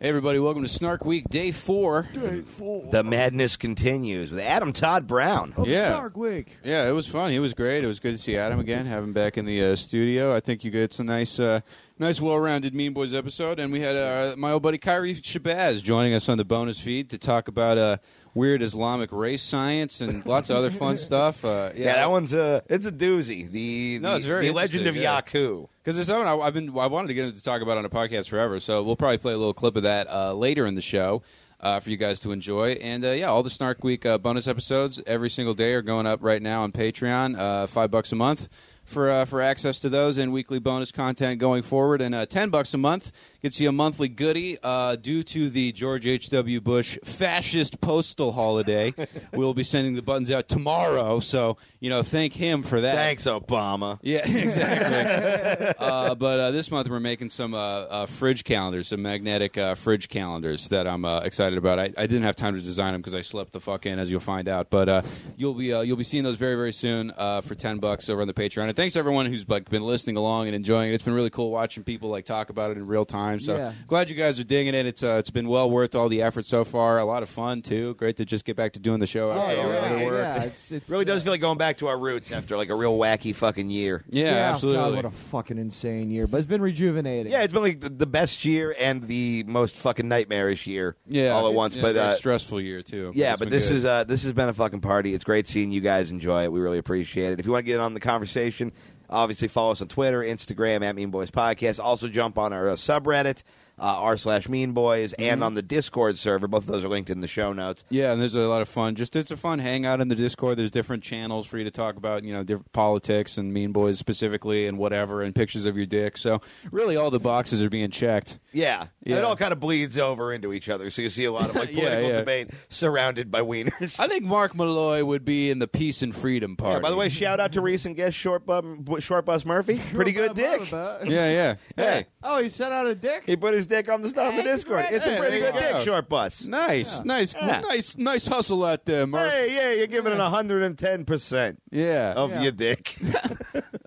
Hey, everybody, welcome to Snark Week, day four. The madness continues with Adam Todd Brown. yeah. Snark Week. Yeah, it was fun. He was great. It was good to see Adam again, have him back in the uh, studio. I think you get some nice, uh, nice, well-rounded Mean Boys episode. And we had uh, my old buddy Kyrie Shabazz joining us on the bonus feed to talk about uh, weird Islamic race science and lots of other fun stuff. Uh, yeah, Yeah, that one's a it's a doozy. The No, the, it's very the Legend of interesting, yeah. Yaku. Because it's something I, I've been I wanted to get him to talk about on a podcast forever, so we'll probably play a little clip of that uh, later in the show uh, for you guys to enjoy. And uh, yeah, all the Snark Week uh, bonus episodes every single day are going up right now on Patreon, uh, five bucks a month for uh, for access to those and weekly bonus content going forward. And uh, ten bucks a month gets you a monthly goodie. Uh, due to the George H. W. Bush fascist postal holiday, we'll be sending the buttons out tomorrow. So you know, thank him for that. Thanks, Obama. Yeah, exactly. uh, but uh, this month we're making some uh, uh, fridge calendars, some magnetic uh, fridge calendars that I'm uh, excited about. I, I didn't have time to design them because I slept the fuck in, as you'll find out. But uh, you'll be uh, you'll be seeing those very very soon uh, for ten bucks over on the Patreon. And thanks everyone who's like been listening along and enjoying it. It's been really cool watching people like talk about it in real time. So Yeah. glad you guys are digging it. It's uh, it's been well worth all the effort so far. A lot of fun too. Great to just get back to doing the show after all the yeah, other work. Oh, yeah, it's, it's uh, Really does feel like going back to our roots after like a real wacky fucking year. Yeah, absolutely. God, what a fucking insane year, but it's been rejuvenating. Yeah, it's been like the, the best year and the most fucking nightmarish year. yeah, all at it's- once. yeah, but very uh, stressful year too. yeah, it's but been this good. is uh, this has been a fucking party. It's great seeing you guys enjoy it. We really appreciate it. If you want to get in on the conversation, obviously follow us on Twitter, Instagram at Mean Boys Podcast. Also jump on our uh, subreddit uh, r slash Mean Boys Mm-hmm. and on the Discord server. Both of those are linked in the show notes. Yeah, and there's a lot of fun. Just it's a fun hangout in the Discord. There's different channels for you to talk about, you know, different politics and Mean Boys specifically, and whatever, and pictures of your dick. So really, all the boxes are being checked. Yeah, Yeah. it all kind of bleeds over into each other. So you see a lot of like Yeah, political yeah. debate surrounded by wieners. I think Mark Malloy would be in the peace and freedom part. Yeah, by the way, shout out to recent guest Short, Bu- Short Bus Murphy. Pretty good dick. yeah, yeah. Hey, Oh, he sent out a dick. He put his dick on the stuff in Hey, Discord. It's a congrats. pretty There good you dick, go. Short Bus. nice, nice, Yeah. nice, nice hustle out there, Mark. Hey, yeah, you're giving it 110% Yeah, of Yeah. your dick.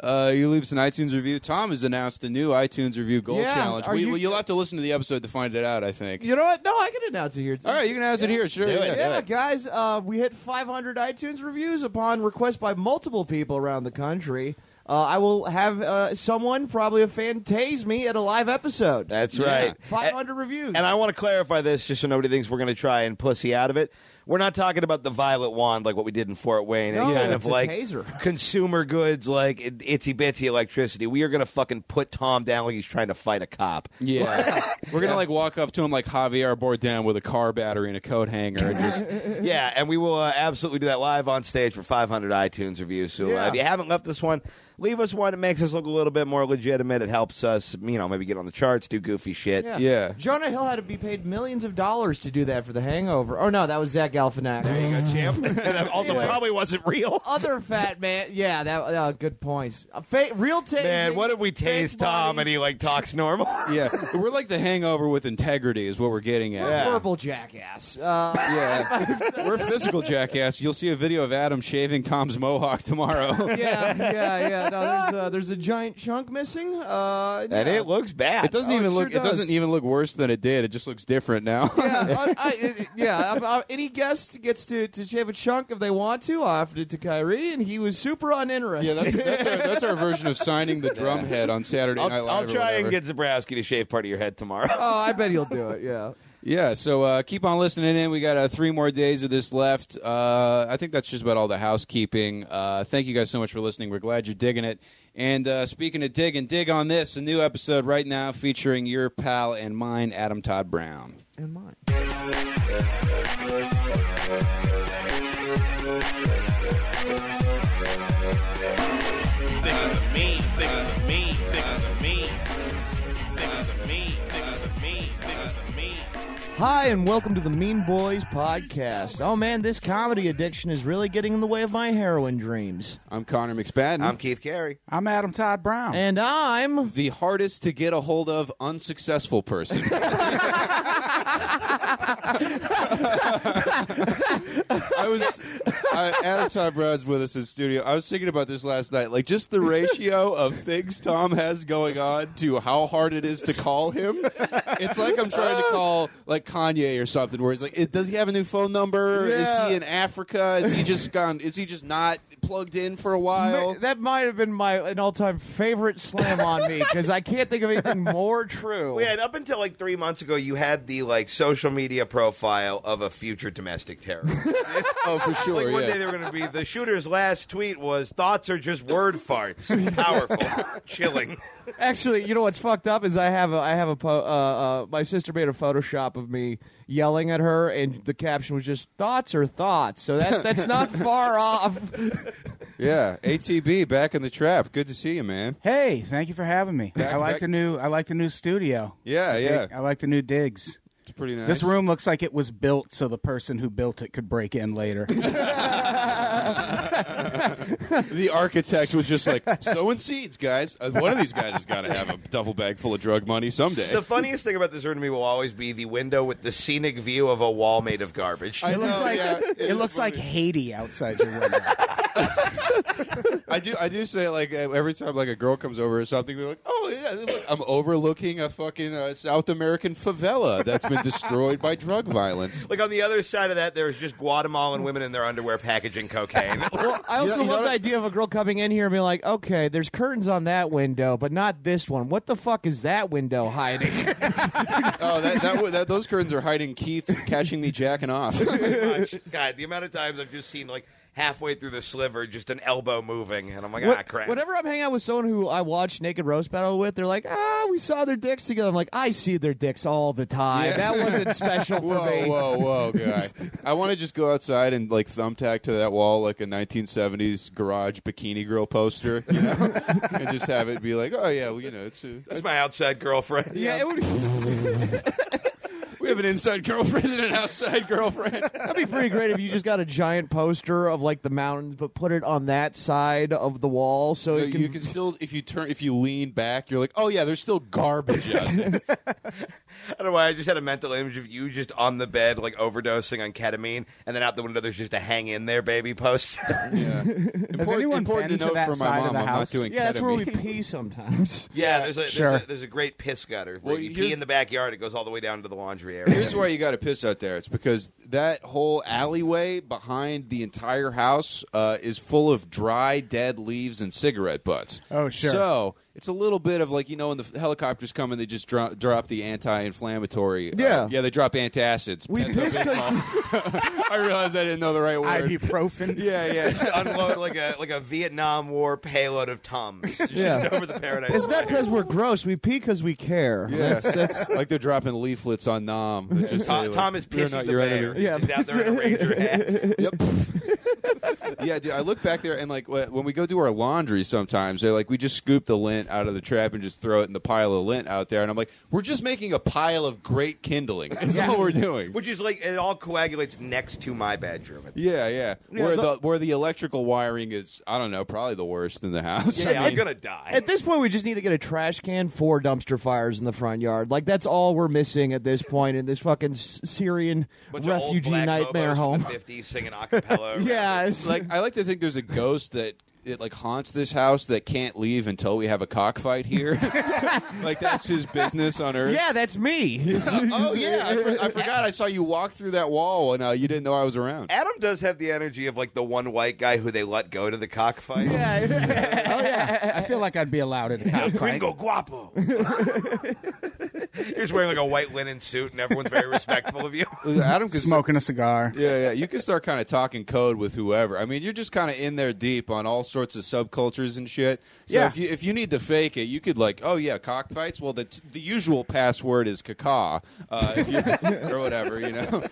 uh, you leave us an iTunes review. Tom has announced a new iTunes review goal Yeah, challenge. are We, you- well, you'll have to listen to the episode to find it out. I think. You know what? No, I can announce it here. It's- All right, you can announce it here. Sure. Do it, yeah. do Yeah, Yeah. guys, uh, we hit 500 iTunes reviews upon request by multiple people around the country. Uh, I will have uh, someone, probably a fan, tase me at a live episode. That's Yeah. right. 500 reviews. And I want to clarify this just so nobody thinks we're going to try and pussy out of it. We're not talking about the violet wand like what we did in Fort Wayne. No, and kind it's of a like taser. consumer goods like it- itsy bitsy electricity. We are going to fucking put Tom down like he's trying to fight a cop. Yeah. We're going to like walk up to him like Javier Bardem with a car battery and a coat hanger and just yeah, and we will uh, absolutely do that live on stage for 500 iTunes reviews. So uh, Yeah. if you haven't left us one, leave us one. It makes us look a little bit more legitimate. It helps us, you know, maybe get on the charts, do goofy shit. Yeah. Jonah Hill had to be paid millions of dollars to do that for The Hangover. Oh no, that was Zach Galifianak. There you go, champ. and that also probably wasn't real. Other fat man. Yeah, that uh, good points. A fa- real taste. Man, what if we tase Tom and he like talks normal? Yeah. We're like the hangover with integrity is what we're getting at. Yeah. verbal jackass? Uh, Yeah. We're physical jackass. You'll see a video of Adam shaving Tom's mohawk tomorrow. yeah, yeah, yeah. No, there's uh, there's a giant chunk missing. Uh, and yeah. it looks bad. It doesn't Oh, it even sure look it does. doesn't even look worse than it did. It just looks different now. yeah, I, I, it- yeah. I'm- I'm- any guest gets to, to shave a chunk if they want to. I offered it to Kyrie, and he was super Yeah, uninterested. that's, that's, our, that's our version of signing the drum head on Saturday I'll, Night Live. I'll or try and whatever. get Zabrowski to shave part of your head tomorrow. oh, I bet he'll do it. Yeah. Yeah, so uh, keep on listening in. We got uh, three more days of this left. Uh, I think that's just about all the housekeeping. Uh, thank you guys so much for listening. We're glad you're digging it. And uh, speaking of digging, dig on this a new episode right now featuring your pal and mine, Adam Todd Brown. And mine. Niggas are mean, niggas are mean, niggas are mean. Niggas are mean, niggas are mean, niggas are mean. Hi, and welcome to the Mean Boys podcast. Oh man, this comedy addiction is really getting in the way of my heroin dreams. I'm Connor McSpadden. I'm Keith Carey. I'm Adam Todd Brown. And I'm the hardest to get a hold of unsuccessful person. I was I, Adam Todd Brown's with us in studio. I was thinking about this last night, like just the ratio of things Tom has going on to how hard it is to call him. It's like I'm trying to call like Kanye or something, where he's like, "It- "Does he have a new phone number? Is Yeah. he in Africa? Is he just gone? Is he just not plugged in for a Ma- while?" That might have been my an all time favorite slam on me because I can't think of anything more true. We had up until like three months ago, you had the like social media profile of a future domestic terrorist. oh, for sure. like one yeah. day they were going to be the shooter's last tweet was thoughts are just word farts, powerful, chilling. Actually, you know what's fucked up is I have a I have a po- uh, uh, my sister made a Photoshop of me yelling at her, and the caption was just "thoughts are thoughts," so that that's not far off. yeah, ATB back in the trap. Good to see you, man. Hey, thank you for having me. Back- I like back- the new I like the new studio. Yeah, I yeah. dig- I like the new digs. It's pretty nice. This room looks like it was built so the person who built it could break in later. the architect was just like sowing seeds, guys. Uh, One of these guys has got to have a duffel bag full of drug money someday. The funniest thing about this room to me will always be the window with the scenic view of a wall made of garbage. It looks know, like yeah, it it, is looks like Haiti outside your window. I do, I do say like uh, every time like a girl comes over or something, they're like, "Oh yeah, look, I'm overlooking a fucking uh, South American favela that's been destroyed by drug violence." Like on the other side of that, there's just Guatemalan women in their underwear packaging cocaine. Well, I you also know love the what- idea of a girl coming in here and being like, "Okay, there's curtains on that window, but not this one. What the fuck is that window hiding?" Oh, that, that, wa- that those curtains are hiding Keith catching me jacking off. Pretty much. God, the amount of times I've just seen like halfway through the sliver, just an elbow moving, and I'm like, ah, What- crap. Whenever I'm hanging out with someone who I watch Naked Roast Battle with, they're like, "Ah, we saw their dicks together." I'm like, "I see their dicks all the time. Yeah. That wasn't special for Whoa, me." whoa, whoa, guy! I want to just go outside and like thumbtack to that wall like a 1970s garage bikini girl poster, you know, and just have it be like, "Oh yeah, well you know, it's a, That's my outside girlfriend. Yeah, it would we have an inside girlfriend and an outside girlfriend." that'd be pretty great if you just got a giant poster of like the mountains, but put it on that side of the wall so So it can. you can still, if you turn, if you lean back, you're like, oh yeah, there's still garbage out there. I don't know why. I just had a mental image of you just on the bed, like overdosing on ketamine, and then out the window there's just a hang in there baby poster. Yeah. Important, anyone important been to to note that for my side of mom, the I'm house? not doing yeah, that's where we ketamine. pee sometimes. yeah, there's a, sure. there's, a, there's a great piss gutter. Where Well, you pee here's- in the backyard, it goes all the way down to the laundry area. Here's why you got to piss out there. It's because that whole alleyway behind the entire house uh, is full of dry, dead leaves and cigarette butts. Oh, sure. So it's a little bit of like you know when the helicopters come and they just dro- drop the anti-inflammatory. uh, Yeah. yeah, they drop antacids. We piss because I realized I didn't know the right word. Ibuprofen. yeah, yeah. Unload like a like a Vietnam War payload of tums just Yeah. over the paradise. it's not Island. because we're gross. We pee because we care. Yeah. That's, that's like they're dropping leaflets on Nam. that just say, Tom, like, Uh, Tom is "You're pissing not the your bear. enemy." He's Yeah. just out there in a ranger hat. Yep. yeah, dude. I look back there and like wh- when we go do our laundry, sometimes they're like, we just scoop the lint out of the trap and just throw it in the pile of lint out there, and I'm like, we're just making a pile of great kindling. That's all we're doing. Which is like it all coagulates next to my bedroom. yeah, yeah. Yeah, where the, the- where the electrical wiring is, I don't know, probably the worst in the house. Yeah, I I'm mean, gonna die. At this point, we just need to get a trash can, four dumpster fires in the front yard. Like that's all we're missing at this point in this fucking S- Syrian Bunch of old refugee black nightmare home. hobos from the 50s singing a cappella. Yeah, around. it's like like I like to think there's a ghost that it like haunts this house that can't leave until we have a cockfight here. like that's his business on earth. yeah, that's me. Oh yeah, I, for- I forgot. I saw you walk through that wall and uh, you didn't know I was around. Adam does have the energy of like the one white guy who they let go to the cockfight. yeah. Oh yeah. I feel like I'd be allowed in the cockfight. Gringo guapo. You're just wearing like a white linen suit, and everyone's very respectful of you. Adam could Smoking a cigar. Yeah, yeah. You can start kind of talking code with whoever. I mean, you're just kind of in there deep on all sorts of subcultures and shit. So Yeah. if you if you need to fake it, you could like, oh yeah, cockfights. Well, the the usual password is caca, uh, if you, or whatever, you know.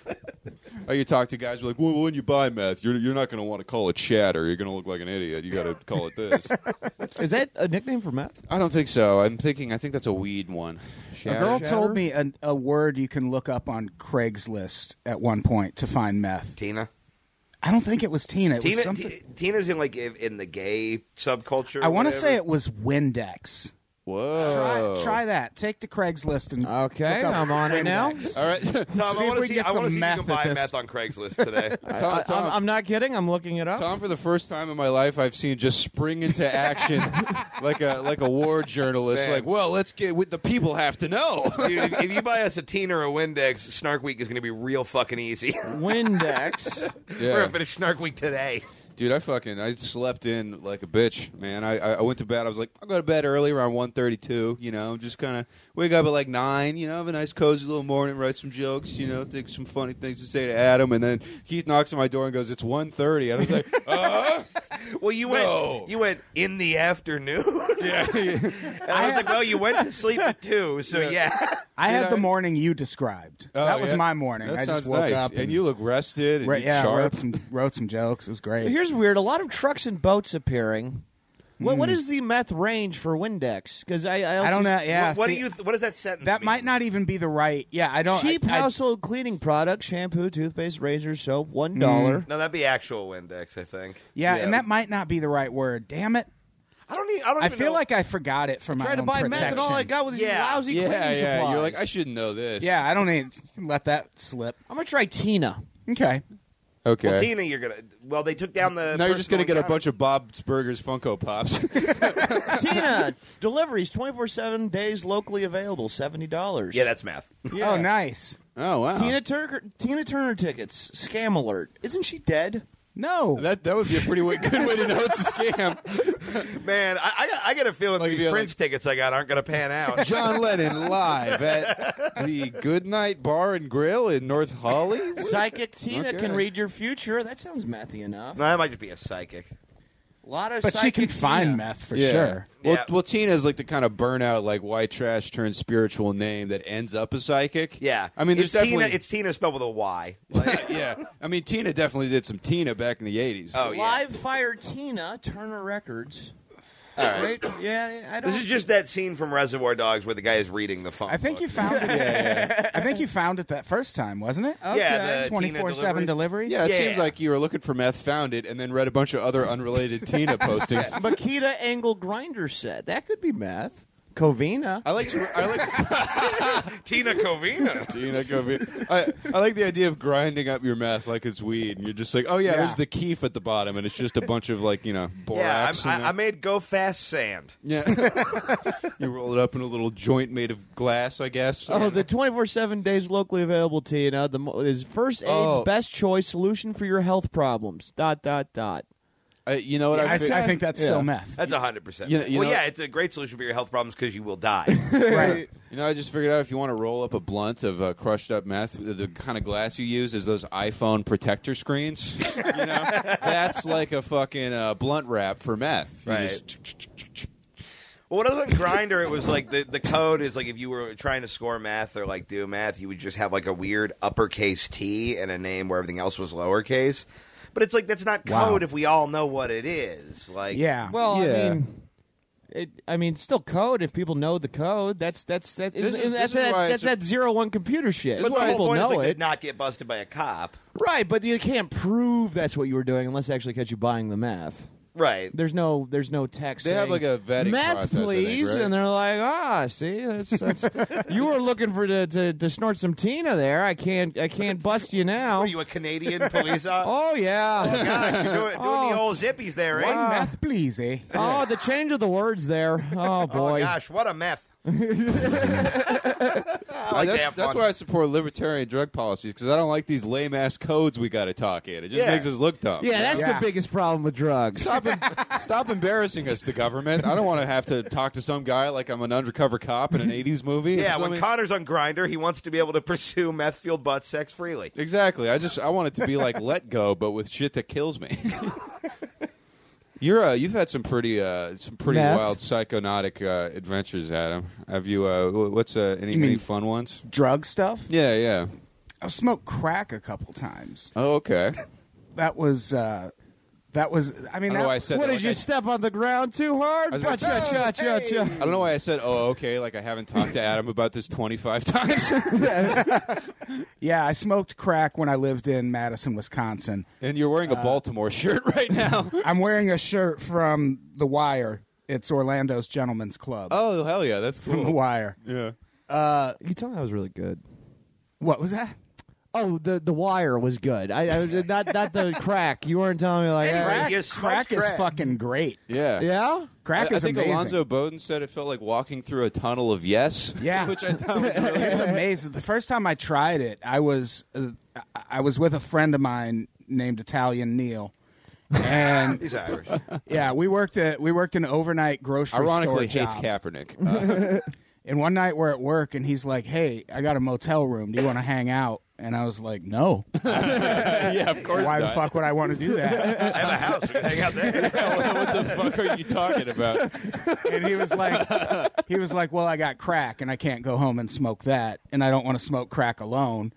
Or you talk to guys you're like, well, when you buy meth, you're you're not going to want to call it chatter. You're going to look like an idiot. You got to call it this. Is that a nickname for meth? I don't think so. I'm thinking. I think that's a weed one. A girl Shatter? told me a, a word you can look up on Craigslist at one point to find meth. Tina. I don't think it was Tina. It was Tina. something. T- Tina's in like in in the gay subculture. I want to whatever. say it was Windex. Whoa. Try, Oh. try that. Take to Craigslist and Okay, look up I'm on it now. Wenabex. All right. Tom, I See if want to we see, get I wanna some see if you meth can buy at this. meth on Craigslist today. Tom, I, Tom, am not kidding. I'm looking it up. Tom, for the first time in my life, I've seen just spring into action like a like a war journalist. Man. Like, well, let's get with the people have to know. Dude, if, if you buy us a teen or a Windex, Snark Week is going to be real fucking easy. Windex. We're going to finish Snark Week today. dude, I fucking I slept in like a bitch, man. I I I went to bed. I was like, I'll go to bed early around one thirty two. You know, just kind of wake up at like nine. You know, have a nice cozy little morning, write some jokes. You know, think some funny things to say to Adam, and then Keith knocks on my door and goes, "It's 1.30. and I was like, uh? Well, you No. went you went in the afternoon. yeah. And I was like, well, you went to sleep at 2, so yeah. I Did had the I- morning you described. Oh, that was yeah. my morning. That I sounds just woke nice. up and, you look rested and Right, you yeah, I sharp. wrote some wrote some jokes. It was great. So here's weird. A lot of trucks and boats appearing. What what is the meth range for Windex? Because I I, also Hmm. I don't know. Yeah, what, what do see, you th- what does that sentence That mean? might not even be the right. Yeah, I don't. Cheap I, I, household cleaning products: shampoo, toothpaste, razor, soap, one dollar. Hmm. No, that'd be actual Windex, I think. yeah, Yeah. and that might not be the right word. Damn it! I don't even, I don't I even feel know- like I forgot it for my Tried to own buy protection. meth, and all I got was these Yeah. lousy yeah, cleaning yeah. supplies. You're like, I shouldn't know this. Yeah, I don't need let that slip. I'm gonna try Tina. Okay. Okay. Well, Tina, you're going to Well, they took down the now you're just going gonna to get a bunch of Bob's Burgers Funko Pops. Tina deliveries 24 seven days locally available, seventy dollars. Yeah, that's math. yeah. Oh, nice. oh wow. Tina Turner, Tina Turner tickets, scam alert. Isn't she dead? No. That that would be a pretty way, good way to know it's a scam. Man, I, I, got- I got a feeling Like, these yeah, Prince tickets I got aren't going to pan out. John Lennon live at the Goodnight Bar and Grill in North Holly. Psychic Tina Okay. can read your future. That sounds methy enough. no, that might just be a psychic. A lot of but she psychic can find Tina. meth for Yeah. sure. Well, Yeah. well, Tina is like the kind of burnout, like white trash turned spiritual name that ends up a psychic. Yeah. I mean, there's it's Tina, definitely it's Tina spelled with a Y. Like, yeah. I mean, Tina definitely did some Tina back in the '80s. oh, yeah. Live fire Tina Turner Records. All right. Right? Yeah, I don't. This is just that scene from Reservoir Dogs where the guy is reading the phone. I think book. you found it. I think you found it that first time, wasn't it? Yeah, the Twenty Tina four seven delivery. deliveries. Yeah, it Yeah. seems like you were looking for meth, found it, and then read a bunch of other unrelated Tina postings. Makita Angle Grinder set. That could be meth. Covina. I Oh, like to, I like Tina Covina. Tina Covey. I, I like the idea of grinding up your meth like it's weed, and you're just like, oh yeah, Yeah. there's the keef at the bottom, and it's just a bunch of like you know yeah, borax. I'm, I, I made Go Fast Sand. and, yeah. you roll it up in a little joint made of glass, I guess. Oh, the 24 7 days locally available Tina. The mo- is first aid's Oh. best choice solution for your health problems. Dot, dot, dot. I, you know what I, I, th- fi- I think that's Yeah. still meth. That's hundred percent. You know- you Well, know- yeah, it's a great solution for your health problems because you will die. right. You know, I just figured out if you want to roll up a blunt of uh, crushed up meth, the, the kind of glass you use is those iPhone protector screens. you know, that's like a fucking uh, blunt wrap for meth. You Right. just- well, what I was on Grinder, it was like the the code is like if you were trying to score math or like do math, you would just have like a weird uppercase T and a name where everything else was lowercase. But it's like that's not Wow. code if we all know what it is. Like, Yeah. Well, I Yeah. mean. It, I mean, still code. If people know the code, that's that's that. This is- this isn't- that's is why that, it's that's that zero one computer shit. But the whole people point know is like it, to not get busted by a cop, right? But you can't prove that's what you were doing unless they actually catch you buying the meth. right? There's no there's no text. They have, saying, like, a vetting meth, process, I think, please, right? and they're like, ah, see, that's, that's you were looking for to, to to snort some Tina there. I can't I can't bust you now. Are you a Canadian police officer? Oh yeah. God, you're doing, doing the Oh. old zippies there, eh? Wow. meth, please, eh? Oh, the change of the words there. Oh Oh my boy. gosh, what a meth! I like to that's have that's fun. why I support libertarian drug policies because I don't like these lame ass codes we got to talk in. It just Yeah. makes us look dumb. Yeah, that's Yeah. the biggest problem with drugs. Stop, em- stop embarrassing us, the government. I don't want to have to talk to some guy like I'm an undercover cop in an '80s movie. It's Yeah, when something- Connor's on Grinder, he wants to be able to pursue meth fueled butt sex freely. Exactly. I just I want it to be like Let Go, but with shit that kills me. You're uh, you've had some pretty uh, some pretty Meth. wild psychonautic uh, adventures, Adam. Have you? Uh, wh- what's uh, any, mean- any fun ones? Drug stuff. Yeah, yeah. I've smoked crack a couple times. Oh, okay. That was. uh That was. I mean, I don't know that, why I said What that. did Like, you I- step on the ground too hard? I was about to- Ba-cha-cha, cha, cha. I don't know why I said oh okay. Like I haven't talked to Adam about this 25 times. yeah, I smoked crack when I lived in Madison, Wisconsin. and you're wearing a Baltimore shirt right now. I'm wearing a shirt from The Wire. It's Orlando's Gentlemen's Club Oh hell yeah, that's from The cool. Wire. yeah. Uh, You tell me I was really good. What was that? Oh, the the wire was good. I, I not not the crack. You weren't telling me like Anyway, eh, Crack, you smoked crack is crack. fucking great. Yeah. yeah. Crack I, I is think amazing. Alonzo Bowden said it felt like walking through a tunnel of yes. Yeah. which I thought was really it's amazing. The first time I tried it, I was uh, I- I was with a friend of mine named Italian Neil, and He's Irish. yeah, we worked at we worked an overnight grocery ironically store hates job. Kaepernick. Uh, And one night we're at work, and he's like, "Hey, I got a motel room. Do you want to hang out?" And I was like, "No. yeah, of course. Why the not. fuck would I want to do that?" I have a house. We can hang out there. what, what the fuck are you talking about? and he was like, "He was like, well, I got crack, and I can't go home and smoke that, and I don't want to smoke crack alone."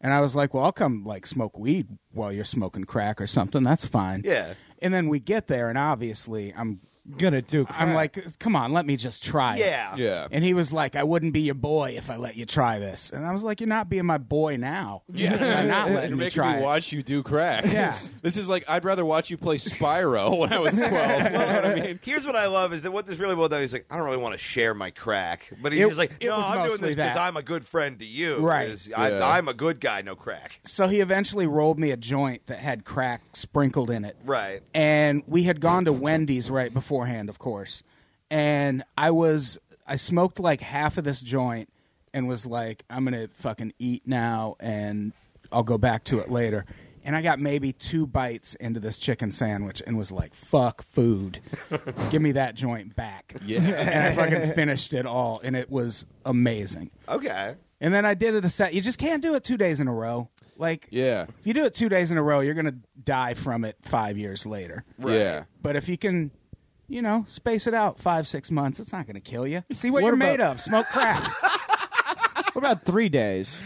And I was like, "Well, I'll come like smoke weed while you're smoking crack or something. That's fine." Yeah. And then we get there, and obviously, I'm Gonna do. Crack. I'm like, "Come on, let me just try it." Yeah. Yeah. And he was like, I wouldn't be your boy if I let you try this. And I was like, You're not being my boy now. You're not letting You're me making try me it. watch you do crack. Yeah. this is like I'd rather watch you play Spyro when I was twelve. You know what I mean? Here's what I love is that what this really boiled down. to, He's like, I don't really want to share my crack, but he's It- just like, it no, was I'm doing mostly this because that. I'm a good friend to you. Right. Is I, Yeah. I'm a good guy, no crack. So he eventually rolled me a joint that had crack sprinkled in it. Right. And we had gone to Wendy's right beforehand, of course. And I was, I smoked like half of this joint and was like, I'm going to fucking eat now and I'll go back to it later. And I got maybe two bites into this chicken sandwich and was like, fuck food. Give me that joint back. Yeah. and I fucking finished it all, and it was amazing. Okay. And then I did it a set. You just can't do it two days in a row. Like, Yeah. if you do it two days in a row, you're gonna die from it five years later. Yeah. But if you can, you know, space it out five, six months, it's not gonna kill you. See what, What you're about- made of. Smoke crack. what about three days?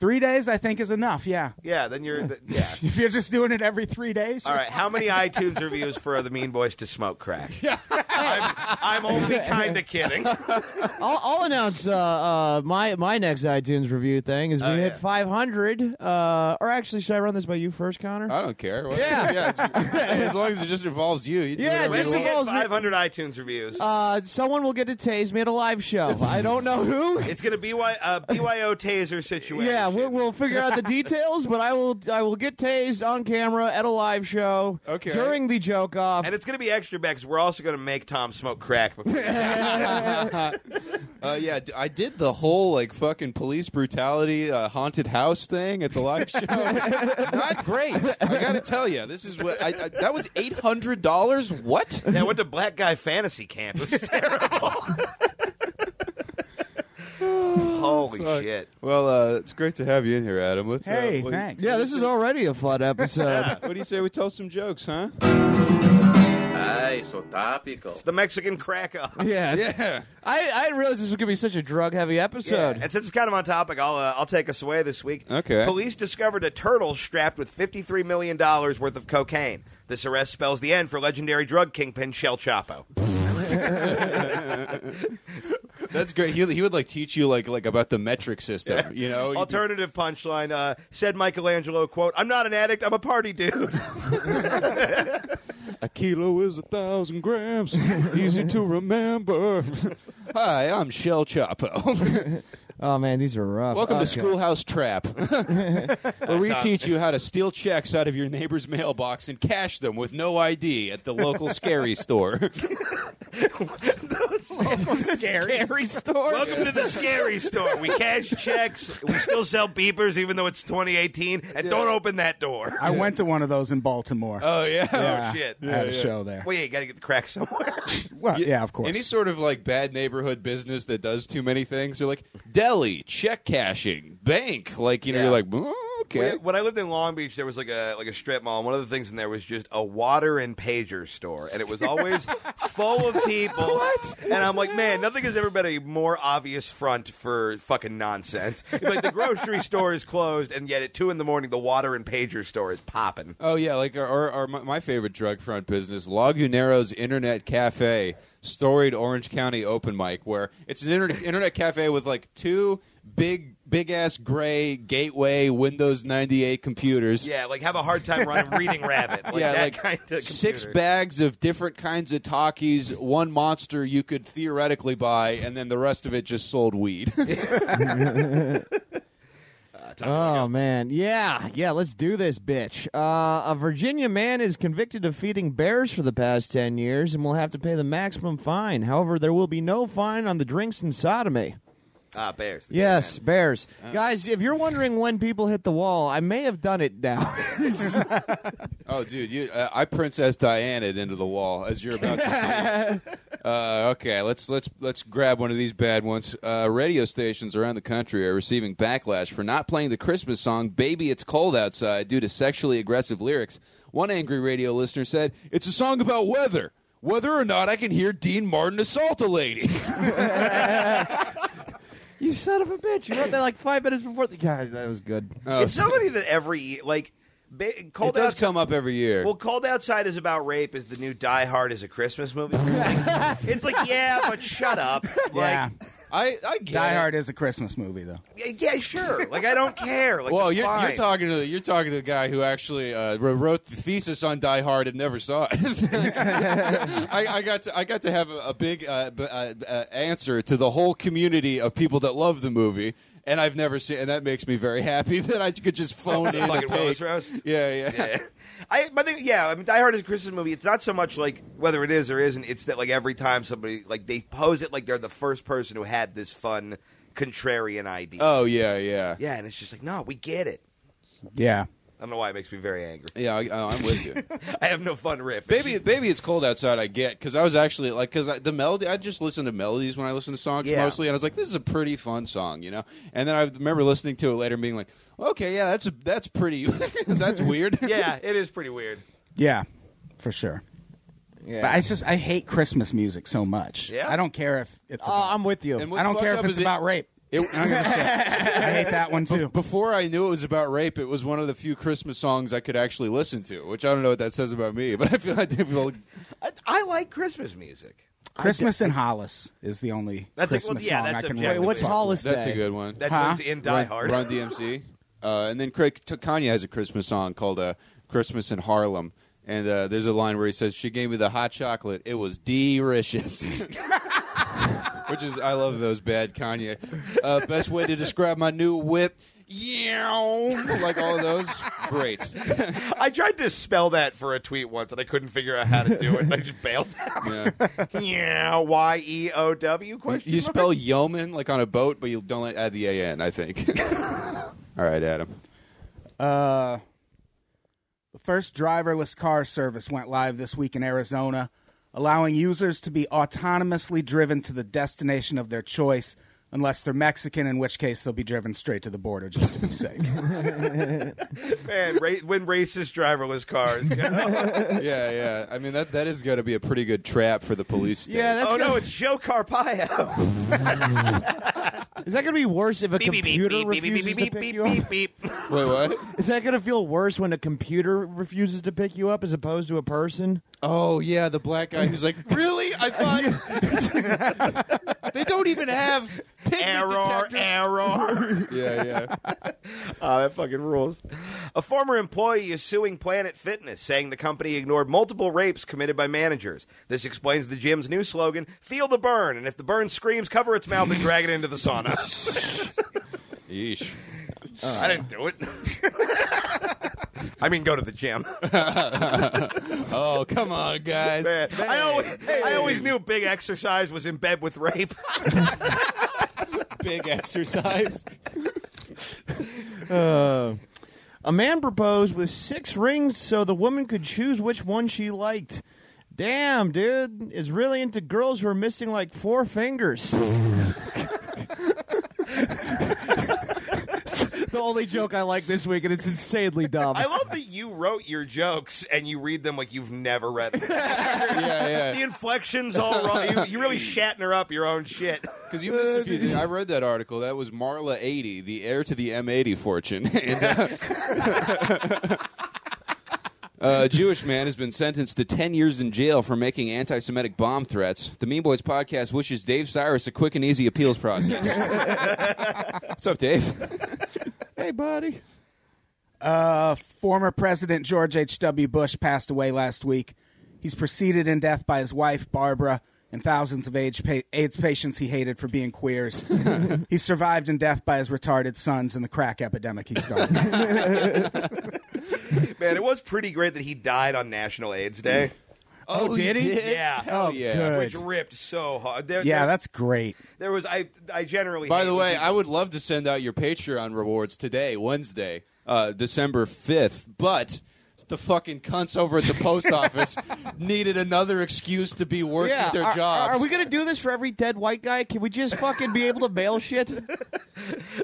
three days, I think, is enough. Yeah. Yeah. Then you're. th- Yeah. If you're just doing it every three days, All right. How many iTunes reviews for the Mean Boys to smoke crack? Yeah. I'm, I'm only kind of kidding. I'll, I'll announce uh, uh, my my next iTunes review thing is we Oh, hit yeah. 500. Uh, or actually, should I run this by you first, Connor? I don't care. What- Yeah. it's- as long as it just involves you. you do whatever Yeah, you When just want. we hit 500 iTunes reviews, uh, someone will get to tase me at a live show. I don't know who. it's going to be BY, uh, BYO taser situation. Yeah, we'll, we'll figure out the details, but I will I will get tased on camera at a live show Okay. during the joke off. and it's going to be extra bad because we're also going to make Tom smoke crack. Before. Uh, yeah, d- I did the whole like fucking police brutality uh, haunted house thing at the live show. Not great. I gotta tell you, this is what I, I, that was eight hundred dollars. What? yeah, I went to Black Guy Fantasy Camp. It was terrible. Holy shit. Well, uh, it's great to have you in here, Adam. Let's. hey, uh, what- thanks. yeah, this is already a fun episode. What do you say we tell some jokes, huh? Ay, so topical. It's the Mexican crack up. yeah, it's- Yeah. I I didn't realize this was gonna be such a drug heavy episode. And since it's kind of on topic, I'll uh, I'll take us away this week. Okay. Police discovered a turtle strapped with fifty-three million dollars worth of cocaine. This arrest spells the end for legendary drug kingpin Shell Chapo. That's great. He, he would like teach you like like about the metric system. You know, Alternative punchline uh, said Michelangelo quote: "I'm not an addict. I'm a party dude." a kilo is a thousand grams. Easy to remember. Hi, I'm Shell Chapo. Oh man, these are rough. Welcome Okay. to Schoolhouse Trap, where we teach you how to steal checks out of your neighbor's mailbox and cash them with no ID at the local scary store. scary. Every store. Welcome to the scary store. We cash checks. We still sell beepers, even though it's 2018. And don't open that door. I went to one of those in Baltimore. oh yeah. Yeah. shit. I had Yeah, a yeah. show there. Well, yeah, you got to get the crack somewhere. well, yeah, of course. Any sort of like bad neighborhood business that does too many things, they're like deli, check cashing, bank. Like you know, Yeah. you're like "Oh, okay. When- When I lived in Long Beach, there was like a like a strip mall. And one of the things in there was just a water and pager store, and it was always full of people. And I'm like, man, nothing has ever been a more obvious front for fucking nonsense. It's like the grocery store is closed, and yet at two in the morning, the water and pager store is popping. Oh yeah, like our, our, our my- my favorite drug front business, Lagunero's Internet Cafe, storied Orange County open mic, where it's an inter- internet cafe with like two big big ass gray Gateway Windows 98 computers. Yeah, like have a hard time running reading rabbit. Like yeah, that like kind of six computer. bags of different kinds of talkies, one monster you could theoretically buy, and then the rest of it just sold weed. Oh man, yeah, yeah. Let's do this, bitch. Uh, a Virginia man is convicted of feeding bears for the past ten years and will have to pay the maximum fine. However, there will be no fine on the drinks and sodomy. Ah, bears. the Yes, game, bears, guys. If you're wondering when people hit the wall, I may have done it now. oh, dude, you, uh, I Princess Diana into the wall as you're about to. see. uh, okay, let's let's let's grab one of these bad ones. Uh, radio stations around the country are receiving backlash for not playing the Christmas song "Baby It's Cold Outside" due to sexually aggressive lyrics. One angry radio listener said, "It's a song about weather." Whether or not I can hear Dean Martin assault a lady. you son of a bitch! You wrote that like five minutes before the guys. That was good. man. Oh, It's somebody that every like ba- it cold does outside. come up every year. well, Cold Outside is about rape. Is the new Die Hard is a Christmas movie? it's like, yeah, but shut up. Yeah. Like, I, I get Die it. Hard is a Christmas movie, though. yeah, yeah, sure. Like, I don't care. Like, Well, it's you're, you're fine. talking to the, you're talking to the guy who actually uh, wr- wrote the thesis on Die Hard and never saw it. I, I got to, I got to have a, a big uh, b- uh, uh, answer to the whole community of people that love the movie, and I've never seen, and that makes me very happy that I could just phone in a Fucking Willis take. Roast? Yeah, yeah, Yeah. I, but I think, yeah, I mean, Die Hard is a Christmas movie. It's not so much like whether it is or isn't. It's that like every time somebody like they pose it like they're the first person who had this fun contrarian idea. Oh yeah, yeah, yeah, and it's just like, no, we get it. Yeah. I don't know why it makes me very angry. yeah. I, oh, I'm with you. I have no fun riff. It's Baby, just- baby, it's cold outside. I get because I was actually like because the melody. I just listen to melodies when I listen to songs Yeah. mostly, and I was like, this is a pretty fun song, you know. And then I remember listening to it later and being like, okay, yeah, that's a, that's pretty, that's weird. yeah, it is pretty weird. Yeah. For sure. But I just I hate Christmas music so much. Yeah? I don't care if it's. Oh, about- I'm with you. And what- I don't what's care fucked if up is it's it- about rape. I don't give a shit. I hate that one too. Before I knew it was about rape, it was one of the few Christmas songs I could actually listen to, which I don't know what that says about me, but I feel like people. I, I like Christmas music. Christmas in Hollis is the only That's a- well, Christmas yeah, song that's I can objective. really Wait, what's fuck with. Hollis That's Day? a good one. That's Huh? what's in Die Run- Hard. Run DMC. Uh, and then Craig T- Kanye has a Christmas song called uh, Christmas in Harlem. And uh, there's a line where he says, She gave me the hot chocolate. It was delicious. Which is, I love those bad Kanye. Uh, best way to describe my new whip. Yeah, like all of those. Great. I tried to spell that for a tweet once, and I couldn't figure out how to do it. and I just bailed out. Yeah. Yeah, Y E O W question. You mark? spell yeoman like on a boat, but you don't add the A N, I think. all right, Adam. Uh, the first driverless car service went live this week in Arizona, allowing users to be autonomously driven to the destination of their choice, unless they're Mexican, in which case they'll be driven straight to the border just to be safe. man ra- when racist driverless cars. go. Yeah, yeah. I mean, that, that is going to be a pretty good trap for the police state. Yeah, that's oh gonna, no, it's Joe Carpio. is that going to be worse if a computer refuses to pick you up? beep. Wait, what? Is that going to feel worse when a computer refuses to pick you up as opposed to a person? Oh yeah, the black guy who's like, really? I thought they don't even have pigment Error, detectors." error. Yeah, yeah. Oh, that fucking rules. A former employee is suing Planet Fitness, saying the company ignored multiple rapes committed by managers. This explains the gym's new slogan, feel the burn, and if the burn screams, cover its mouth and drag it into the sauna. Yeesh. I didn't do it. I mean, go to the gym. Oh come on, guys. Man, I, always, I always knew big exercise was in bed with rape. Big exercise. Uh, A man proposed with six rings so the woman could choose which one she liked. Damn, dude is really into girls who are missing like four fingers. the only joke I like this week, and it's insanely dumb. I love that you wrote your jokes and you read them like you've never read them. Yeah, the yeah. inflection's all wrong. You, you really shatner up your own shit. Because you missed a few things. I read that article. That was Marla eighty, the heir to the M eighty fortune. and, uh, A Jewish man has been sentenced to 10 years in jail for making anti Semitic bomb threats. The Mean Boys podcast wishes Dave Cyrus a quick and easy appeals process. What's up, Dave? hey, buddy. Uh, former President George H.W. Bush passed away last week. He's preceded in death by his wife, Barbara, and thousands of AIDS, pa- AIDS patients he hated for being queers. He's survived in death by his retarded sons and the crack epidemic he started. Man, it was pretty great that he died on National AIDS Day. Oh, did he? Yeah. Hell yeah. good. Which ripped so hard. There, yeah, there- that's great. there was. I I generally. By hate the when way, people- I would love to send out your Patreon rewards today, Wednesday, uh, December 5th, but the fucking cunts over at the post office needed another excuse to be worse at their are, jobs. are we gonna do this for every dead white guy? Can we just fucking be able to bail shit?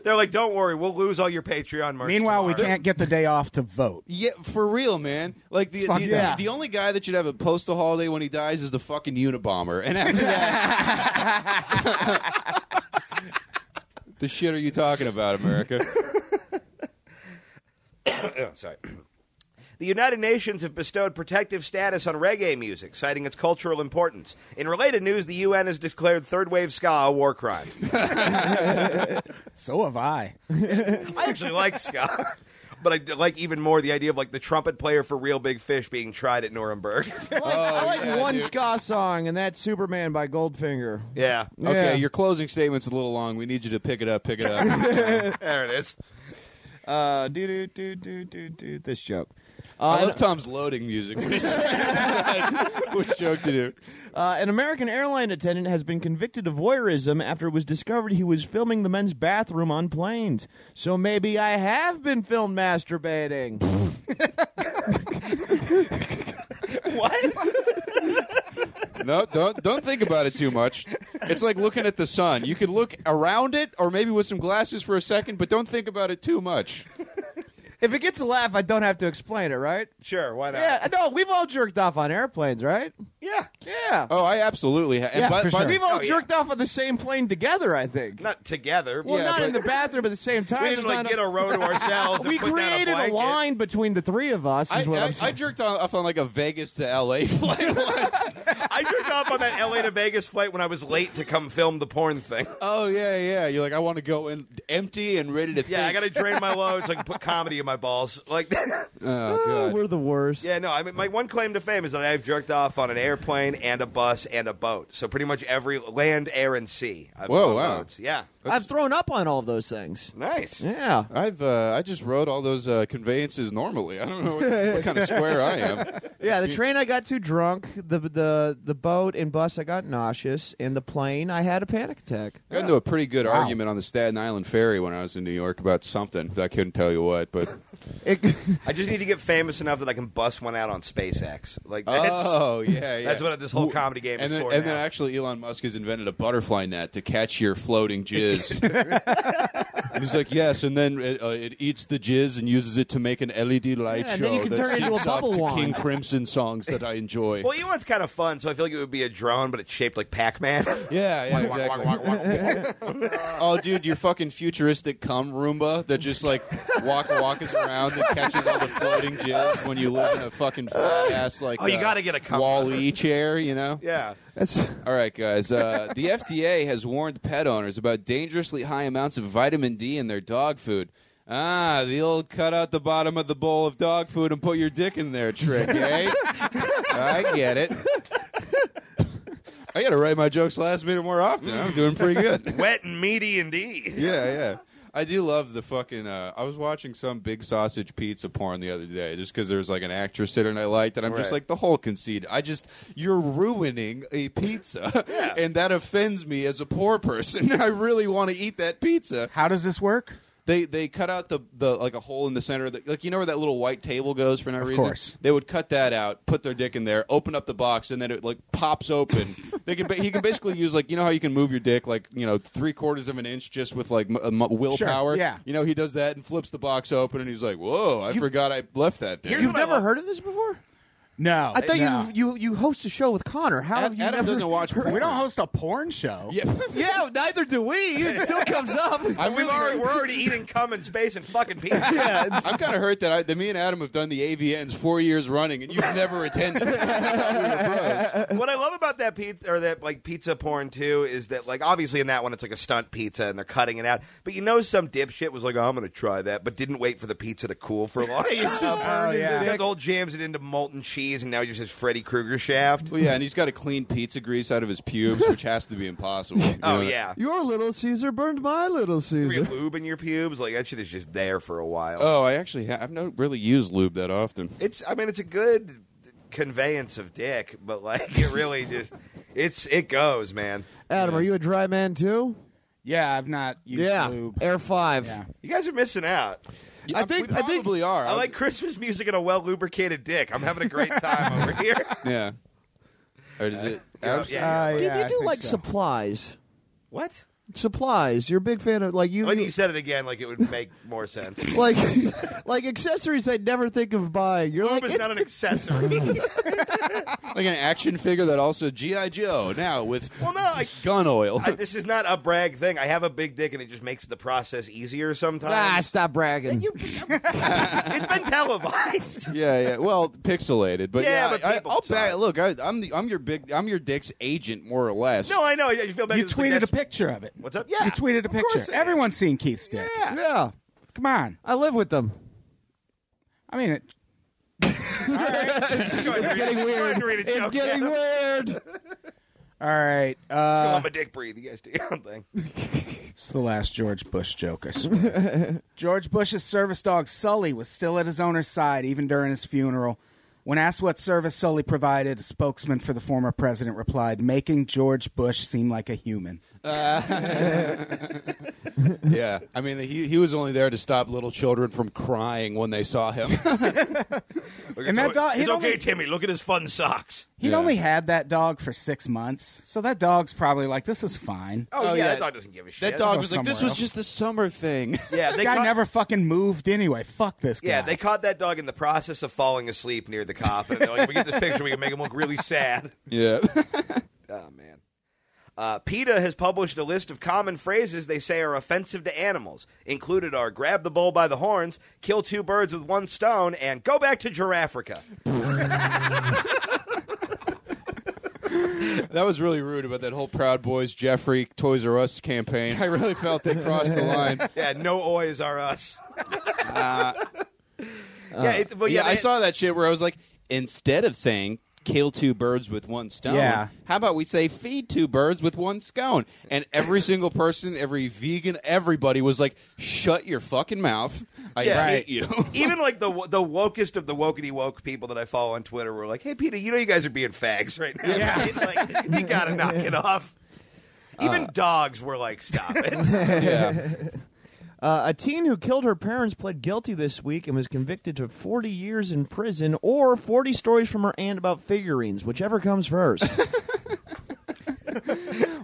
they're like, "Don't worry, we'll lose all your Patreon merch." Meanwhile, we tomorrow." can't get the day off to vote. yeah, for real, man. Like the Fuck the, yeah. the only guy that should have a postal holiday when he dies is the fucking Unabomber, and after that, the shit are you talking about, America? Oh, sorry. The United Nations have bestowed protective status on reggae music, citing its cultural importance. In related news, the UN has declared third wave ska a war crime. So have I. I actually like ska, but I like even more the idea of like the trumpet player for Real Big Fish being tried at Nuremberg. I like, I like Oh, yeah, one dude. ska song, and that's Superman by Goldfinger. yeah, Yeah. Okay, your closing statement's a little long. We need you to pick it up. Pick it up. there it is. Uh, do do do do do do. This joke. I love Tom's loading music. when he's trying to decide Which joke to do? Uh, an American airline attendant has been convicted of voyeurism after it was discovered he was filming the men's bathroom on planes. So maybe I have been filmed masturbating. No, don't don't think about it too much. It's like looking at the sun. You could look around it, or maybe with some glasses for a second, but don't think about it too much. if it gets a laugh, I don't have to explain it, right? Sure, why not? Yeah, no, we've all jerked off on airplanes, right? yeah. Yeah. Oh, I absolutely. Ha- and Yeah, by, for by- sure. We've all Oh, yeah. jerked off on the same plane together, I think. Not together. well, Yeah, not but- in the bathroom at the same time. we There's didn't like not get a row to ourselves. and we put down created a, blanket. line between the three of us, I, is what I- am I saying. jerked on- off on like a Vegas to LA flight once. I jerked off on that LA to Vegas flight when I was late to come film the porn thing. oh yeah, yeah. You're like, I want to go in empty and ready to. Yeah, think. I gotta drain my load so I can put comedy in my balls. Like, Oh, Oh, God. we're the worst. yeah, no. I mean, my one claim to fame is that I've jerked off on an airplane and a bus and a boat. So pretty much every land, air, and sea. I've Whoa, done wow. loads. Yeah, I've thrown up on all of those things. nice. Yeah. I've uh, I just rode all those uh, conveyances normally. I don't know what, what kind of square I am. Yeah, the train I got too drunk. The the the boat and bus I got nauseous, and the plane I had a panic attack. I got into a pretty good argument on the Staten Island ferry when I was in New York about something. I couldn't tell you what, but It, I just need to get famous enough that I can bust one out on SpaceX. Like, that's, oh yeah, yeah. that's what this whole comedy game and is then, for. and now. then actually, Elon Musk has invented a butterfly net to catch your floating jizz. and he's like, yes, and then it, uh, it eats the jizz and uses it to make an LED light Yeah, show and then you can that turn it into syncs a up bubble to wand. King Crimson songs that I enjoy. well, you know, it's kind of fun, so I feel like it would be a drone, but it's shaped like Pac-Man. Yeah, yeah, exactly. oh, dude, your fucking futuristic cum Roomba that just like walk walks around and catches all the floating jizz when you live in a fucking fat ass like Oh, you uh, gotta get a cum. Wall-E chair, you know. yeah. that's All right, guys. Uh, the FDA has warned pet owners about dangerously high amounts of vitamin D in their dog food. Ah, the old cut out the bottom of the bowl of dog food and put your dick in there trick, eh? I get it. I got to write my jokes last minute more often. I'm doing pretty good. Wet and meaty indeed. Yeah, yeah. I do love the fucking. Uh, I was watching some big sausage pizza porn the other day, just because there was like an actress in it I liked, and I'm just Right. like the whole conceit. I just you're ruining a pizza, and that offends me as a poor person. I really want to eat that pizza. How does this work? They they cut out the, the like a hole in the center of the like you know where that little white table goes for no reason. course. They would cut that out, put their dick in there, open up the box, and then it like pops open. they can ba- he can basically use like you know how you can move your dick like you know three quarters of an inch just with like m- m- willpower. yeah. you know he does that and flips the box open, and he's like, "Whoa, I forgot I left that there." Here's you've what I never love- heard of this before. No, I thought no. you you you host a show with Connor. How have Adam you never? doesn't watch porn. We don't host a porn show. Yeah. Yeah, neither do we. It still comes up. I'm We've really already, hurt. we're already eating cum in space and fucking peanuts. I'm kind of hurt that, I, that me and Adam have done the AVNs four years running, and you've never attended. I thought we were bros. what I love about that pizza or that like pizza porn too is that like obviously in that one it's like a stunt pizza and they're cutting it out, but you know some dipshit was like, oh, I'm gonna try that, but didn't wait for the pizza to cool for long. it's Oh, yeah. old jams it into molten cheese and now you're just Freddy Krueger shaft. Well, yeah, and he's got to clean pizza grease out of his pubes, which has to be impossible. Oh yeah, Your little Caesar burned my little you Caesar. have lube in your pubes like that shit is just there for a while. Oh, I actually ha- I've not really used lube that often. It's I mean it's a good conveyance of dick, but like it really just it's it goes man. Adam, are you a dry man too? Yeah, I've not used lube. Air five. Yeah. You guys are missing out. Yeah, I think- we I think- probably are. I like Christmas music and a well lubricated dick. I'm having a great time over here. Oh, Yeah. Or does it? Abs- Uh, yeah. Uh, Did yeah, I you do think like so. supplies? What? Supplies. You're a big fan of like you. When you said it again, like it would make more sense. Lube like like accessories I'd never think of buying. You're like is it's not an the- accessory. like an action figure that also GI Joe now with well, no, I, gun oil. I, this is not a brag thing. I have a big dick, and it just makes the process easier ah, sometimes. stop bragging. it's been televised. yeah, yeah. Well, pixelated, but yeah, Yeah, but I, I, people I'll saw it. bet. Look, I, I'm the, I'm your big I'm your dick's agent more or less. No, I know. You feel bad. You It's like tweeted a that's- picture of it. What's up? Yeah, You tweeted a of course picture. it is. Everyone's seen Keith's dick. Yeah. yeah, Come on. I live with them. I mean, it, Go ahead, read it. Go ahead and read it. It's Joke. getting Yeah. weird. all right. Well, Uh, I'm a dick breathe. You guys do your own thing. it's the last George Bush joke, I swear. George Bush's service dog Sully was still at his owner's side even during his funeral. When asked what service Sully provided, a spokesman for the former president replied, making George Bush seem like a human. Yeah, I mean he he was only there to stop little children from crying when they saw him. And that dog, he'd, it's okay, only, Timmy. Look at his fun socks. he'd Yeah. only had that dog for six months. So that dog's probably like, this is fine. Oh, Oh, yeah, yeah. that dog doesn't give a shit. that dog go was like, "This somewhere was else." just the summer thing." Yeah, This they guy caught- never fucking moved anyway. Fuck this guy. Yeah, they caught that dog in the process of falling asleep near the coffin. They're like, we get this picture, we can make him look really sad. yeah, Oh, man. Uh, PETA has published a list of common phrases they say are offensive to animals. Included are grab the bull by the horns, kill two birds with one stone, and go back to Girafrica. that was really rude about that whole Proud Boys Jeffrey Toys R Us campaign. I really felt they crossed the line. Yeah, no oys are us. yeah, it, well, yeah, Uh, yeah, I they- saw that shit where I was like, instead of saying kill two birds with one stone, Yeah. how about we say feed two birds with one scone? And every single person, every vegan, everybody was like, shut your fucking mouth. I Yeah. hate Right. you. Even like the the wokest of the wokety woke people that I follow on Twitter were like, "Hey, Peter, you know you guys are being fags right now. Yeah. like, you gotta knock it off." Even Uh, dogs were like, "Stop it." yeah. Uh, a teen who killed her parents pled guilty this week and was convicted to 40 years in prison or 40 stories from her aunt about figurines, whichever comes first.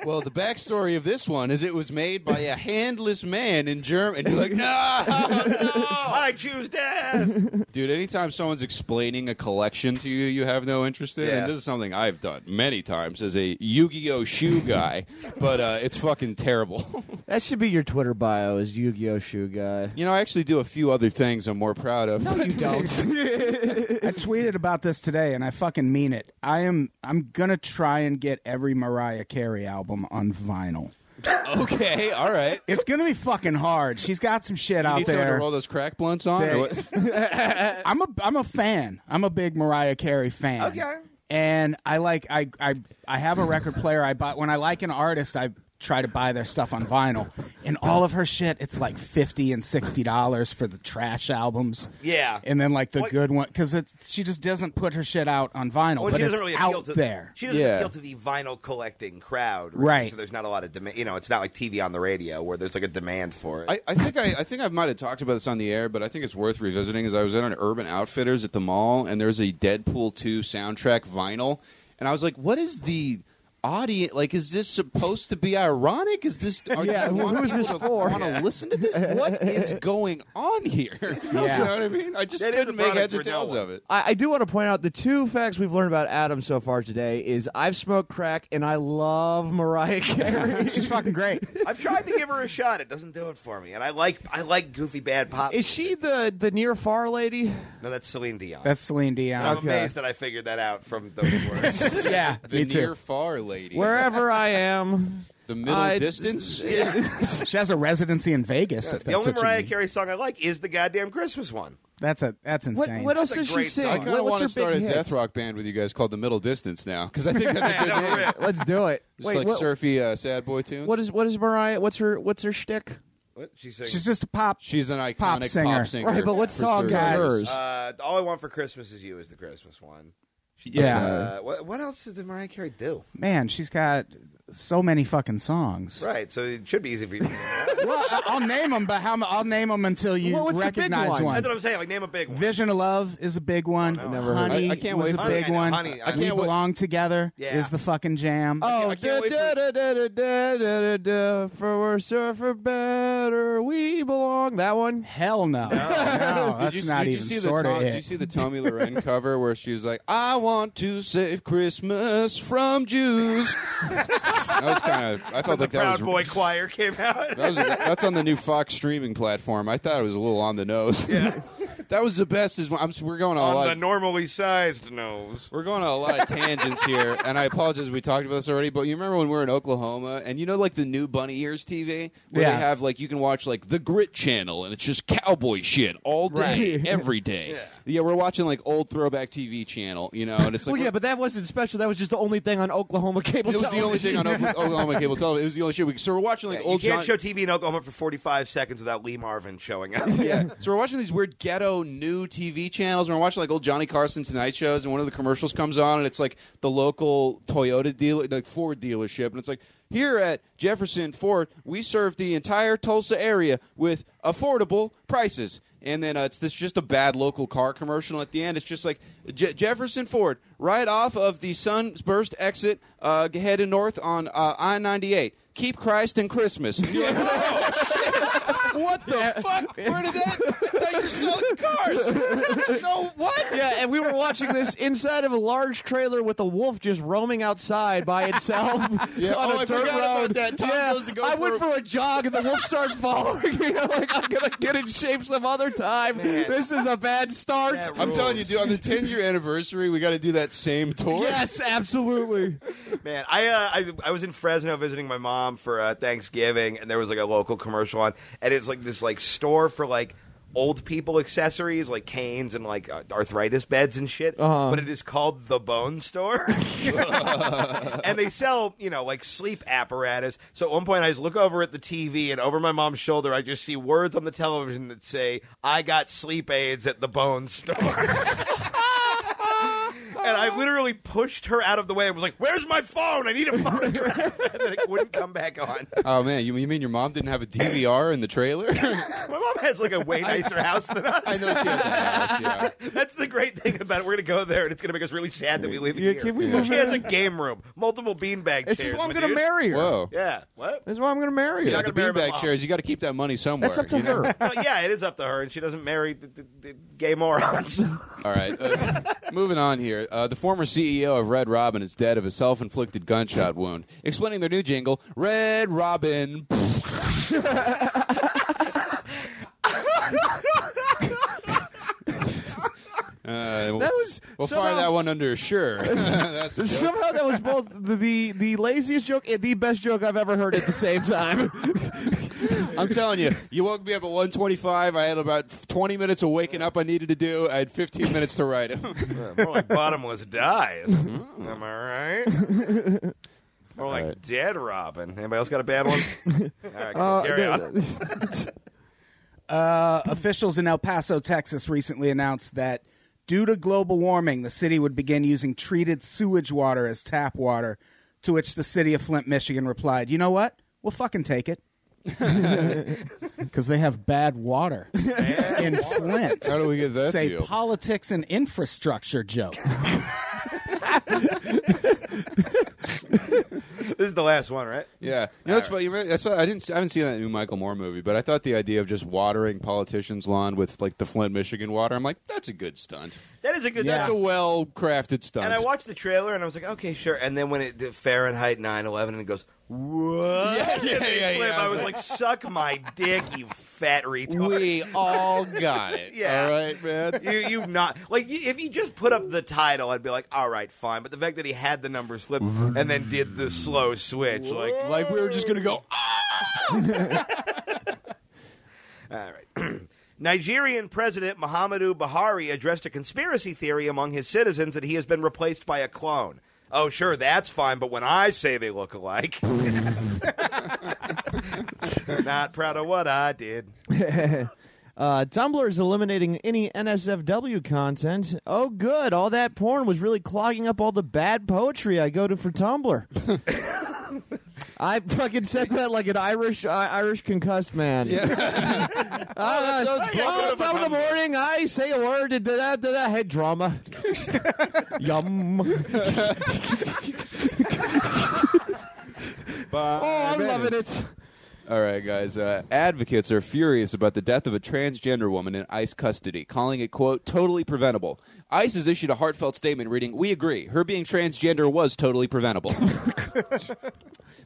Well, the backstory of this one is it was made by a handless man in Germany. You're like, no, Oh, I choose death. dude. Anytime someone's explaining a collection to you, you have no interest in. Yeah. And this is something I've done many times as a Yu-Gi-Oh shoe guy, but uh, it's fucking terrible. that should be your Twitter bio is Yu-Gi-Oh! Shoe Guy. You know, I actually do a few other things I'm more proud of. No, you don't. I tweeted about this today, and I fucking mean it. I am. I'm gonna try and get every Mariah Carey album on vinyl. okay, all right. It's gonna be fucking hard. She's got some shit You out need someone to there. roll those crack blunts on. or They- what? I'm a. I'm a fan. I'm a big Mariah Carey fan. Okay. And I like. I. I. I have a record player. I buy when I like an artist. I try to buy their stuff on vinyl. And all of her shit, it's like fifty and sixty dollars for the trash albums. Yeah. And then like the What- good one because she just doesn't put her shit out on vinyl, Well, but she it's doesn't really appeal out to there. She doesn't Yeah. appeal to the vinyl collecting crowd, Right. So there's not a lot of demand. You know, it's not like TV on the radio where there's like a demand for it. I, I think I, I think I might have talked about this on the air, but I think it's worth revisiting. Is I was at an Urban Outfitters at the mall, and there's a Deadpool two soundtrack vinyl, and I was like, "What is the audience? Like, is this supposed to be ironic? Is this? Are Yeah, you who- want who is this people to for? Want to listen to this? What is going on here? You Yeah. know what I mean? I just That is a couldn't make product heads or for no tails one. of it. I, I do want to point out the two facts we've learned about Adam so far today is I've smoked crack and I love Mariah Carey. She's fucking great. I've tried to give her a shot. It doesn't do it for me. And I like I like goofy bad pop. Is she the the near far lady? no, that's Celine Dion. That's Celine Dion. I'm amazed that I figured that out from those words. yeah, The me near too. far lady, Wherever I am, the middle I- distance. She has a residency in Vegas. if the that's only what you Mariah mean. Carey song I like is the goddamn Christmas one. That's a that's What insane. what else That's a does she great sing? song. I I What- kind of what's want her to start a big hit? death rock band with you guys called the Middle Distance now because I think that's a good No, name. really. Let's do it. Just like what, surfy uh, sad boy tunes. what is what is Mariah? What's her what's her shtick? What? She sings. She's just a pop. She's an iconic Pop singer. Right, but what for songs sure. are hers? uh, all I want for Christmas is you is the Christmas one. Yeah, Uh, what, what else did Mariah Carey do? man, she's got so many fucking songs. Right, so it should be easy for you. That's Well, I- I'll name them, but how? m- I'll name them until you Well, what's the big recognize one? one. what I'm saying. Like name a big one. Vision of Love is Oh, a big one. Never heard Honey it. I- I can't was wait a for- big Honey, I know, one. honey, I we can't wait- belong together Yeah. is the fucking jam. can't- Oh, I can't wait da, for- da, da, da, da, da, da, da, for worse or for better, we belong. That one. hell no! No, Did Oh, that's you, not did even you see sort the of Tom- Did you it. see the Tommy Loren cover where she was like, "I want to save Christmas from Jews"? that was kind of. I felt the like that was, Proud Boy Choir came out. that was- That's on the new Fox streaming platform. I thought it was a little on the nose. Yeah. that was the best. Is I'm, we're going all on out. the normally sized nose. We're going on a lot of tangents here, and I apologize. We talked about this already, but you remember when we were in Oklahoma, and you know, like the new Bunny Ears TV, where Yeah. they have like you can watch like the Grit Channel, and it's just cowboy shit all day, Right. every day. Yeah. Yeah. we're watching like old throwback TV channel, you know, and it's like Well, yeah, but that wasn't special. That was just the only thing on Oklahoma cable. it was the only thing on Oklahoma Oklahoma cable television. It was the only shit. We, so we're watching like you old can't John- show TV in Oklahoma for 45 seconds without Lee Marvin showing up. yeah. So we're watching these weird ghetto new TV channels. And we're watching like old Johnny Carson Tonight shows, and one of the commercials comes on, and it's like the local Toyota dealer, like Ford dealership, and it's like here at Jefferson Ford, we serve the entire Tulsa area with affordable prices. And then uh, it's this just a bad local car commercial. At the end, it's just like Je- Jefferson Ford, right off of the Sunburst exit, uh, headed north on uh, I ninety eight. Keep Christ and Christmas. And you're like, what the fuck? Where did that? I thought you were selling cars. no, what? Yeah, and we were watching this inside of a large trailer with a wolf just roaming outside by itself Yeah, on oh, a I dirt forgot about road. that. Tom yeah, goes to go I for went a- for a jog, and the wolf started following me. I'm like, I'm gonna get in shape some other time. This is a bad start. That I'm rules. telling you, dude. On the 10 year anniversary, we got to do that same tour. Yes, absolutely. Man, I, uh, I I was in Fresno visiting my mom for uh, Thanksgiving, and there was like a local commercial on, and it's like this like store for like old people accessories, like canes and like uh, arthritis beds and shit. Uh-huh. But it is called the Bone Store, and they sell you know like sleep apparatus. So at one point, I just look over at the TV, and over my mom's shoulder, I just see words on the television that say, "I got sleep aids at the Bone Store." and I literally pushed her out of the way and was like, "Where's my phone? I need a photograph." and then it wouldn't come back on. Oh man, you, you mean your mom didn't have a DVR in the trailer? I My mom has like a way nicer house than us. know she has that house, yeah. That's the great thing about it. We're gonna go there, and it's gonna make us really sad that we live Yeah, here. can we move she has a game room, multiple beanbag This chairs. is why I'm my gonna dude. marry her. Whoa. Yeah. What? This is why I'm gonna marry You her. got the gonna marry my beanbag mom. chairs. You got to keep that money somewhere. That's up to you know? her. No, yeah, it is up to her, and she doesn't marry the, the, the gay morons. All right. Uh, moving on here. Uh, the former CEO of Red Robin is dead of a self inflicted gunshot wound. Explaining their new jingle, Red Robin. Uh, we'll, That was we'll somehow- fire that one under sure. That's a joke. Somehow that was both the, the the laziest joke and the best joke I've ever heard at the same time. I'm telling you, you woke me up at 1:25. I had about 20 minutes of waking up I needed to do. I had 15 minutes to write it. More like bottomless dies. Am I right? More like right. dead Robin. Anybody else got a bad one? All right, cool. carry on. Uh, officials in El Paso, Texas, recently announced that due to global warming, the city would begin using treated sewage water as tap water. To which the city of Flint, Michigan, replied, "You know what? We'll fucking take it." Because they have bad water in Flint. How do we get that It's a deal? politics and infrastructure joke. This is the last one, right? Yeah, you know, that's funny. You remember- That's why I didn't. I haven't seen that new Michael Moore movie, but I thought the idea of just watering politicians' lawn with like the Flint, Michigan water, I'm like, that's a good stunt. That is a good. That's a well-crafted stunt. And I watched the trailer and I was like, okay, sure. And then when it did Fahrenheit 9/11 and it goes, what? Yeah, yeah, And they yeah, yeah. flip, I I was was like, suck my dick, you fat retard. we all got it. Yeah. All right, man. you you not like you, if you just put up the title, I'd be like, all right, fine. But the fact that he had the numbers flipped and then did the slow switch, like, all Like we were just gonna go. "Ah!" right. Nigerian President Muhammadu Buhari addressed a conspiracy theory among his citizens that he has been replaced by a clone. Oh, sure, that's fine, but when I say they look alike, not proud of what I did. Uh, Tumblr is eliminating any NSFW content. Oh, good. All that porn was really clogging up all the bad poetry I go to for Tumblr. I fucking said that like an Irish uh, Irish concussed man. Uh, oh, top of the morning, I say a word, da da da da, head drama. Yum. Oh, I'm loving it. All right, guys. Uh, advocates are furious about the death of a transgender woman in ICE custody, calling it, quote, totally preventable. ICE has issued a heartfelt statement reading, We agree. Her being transgender was totally preventable.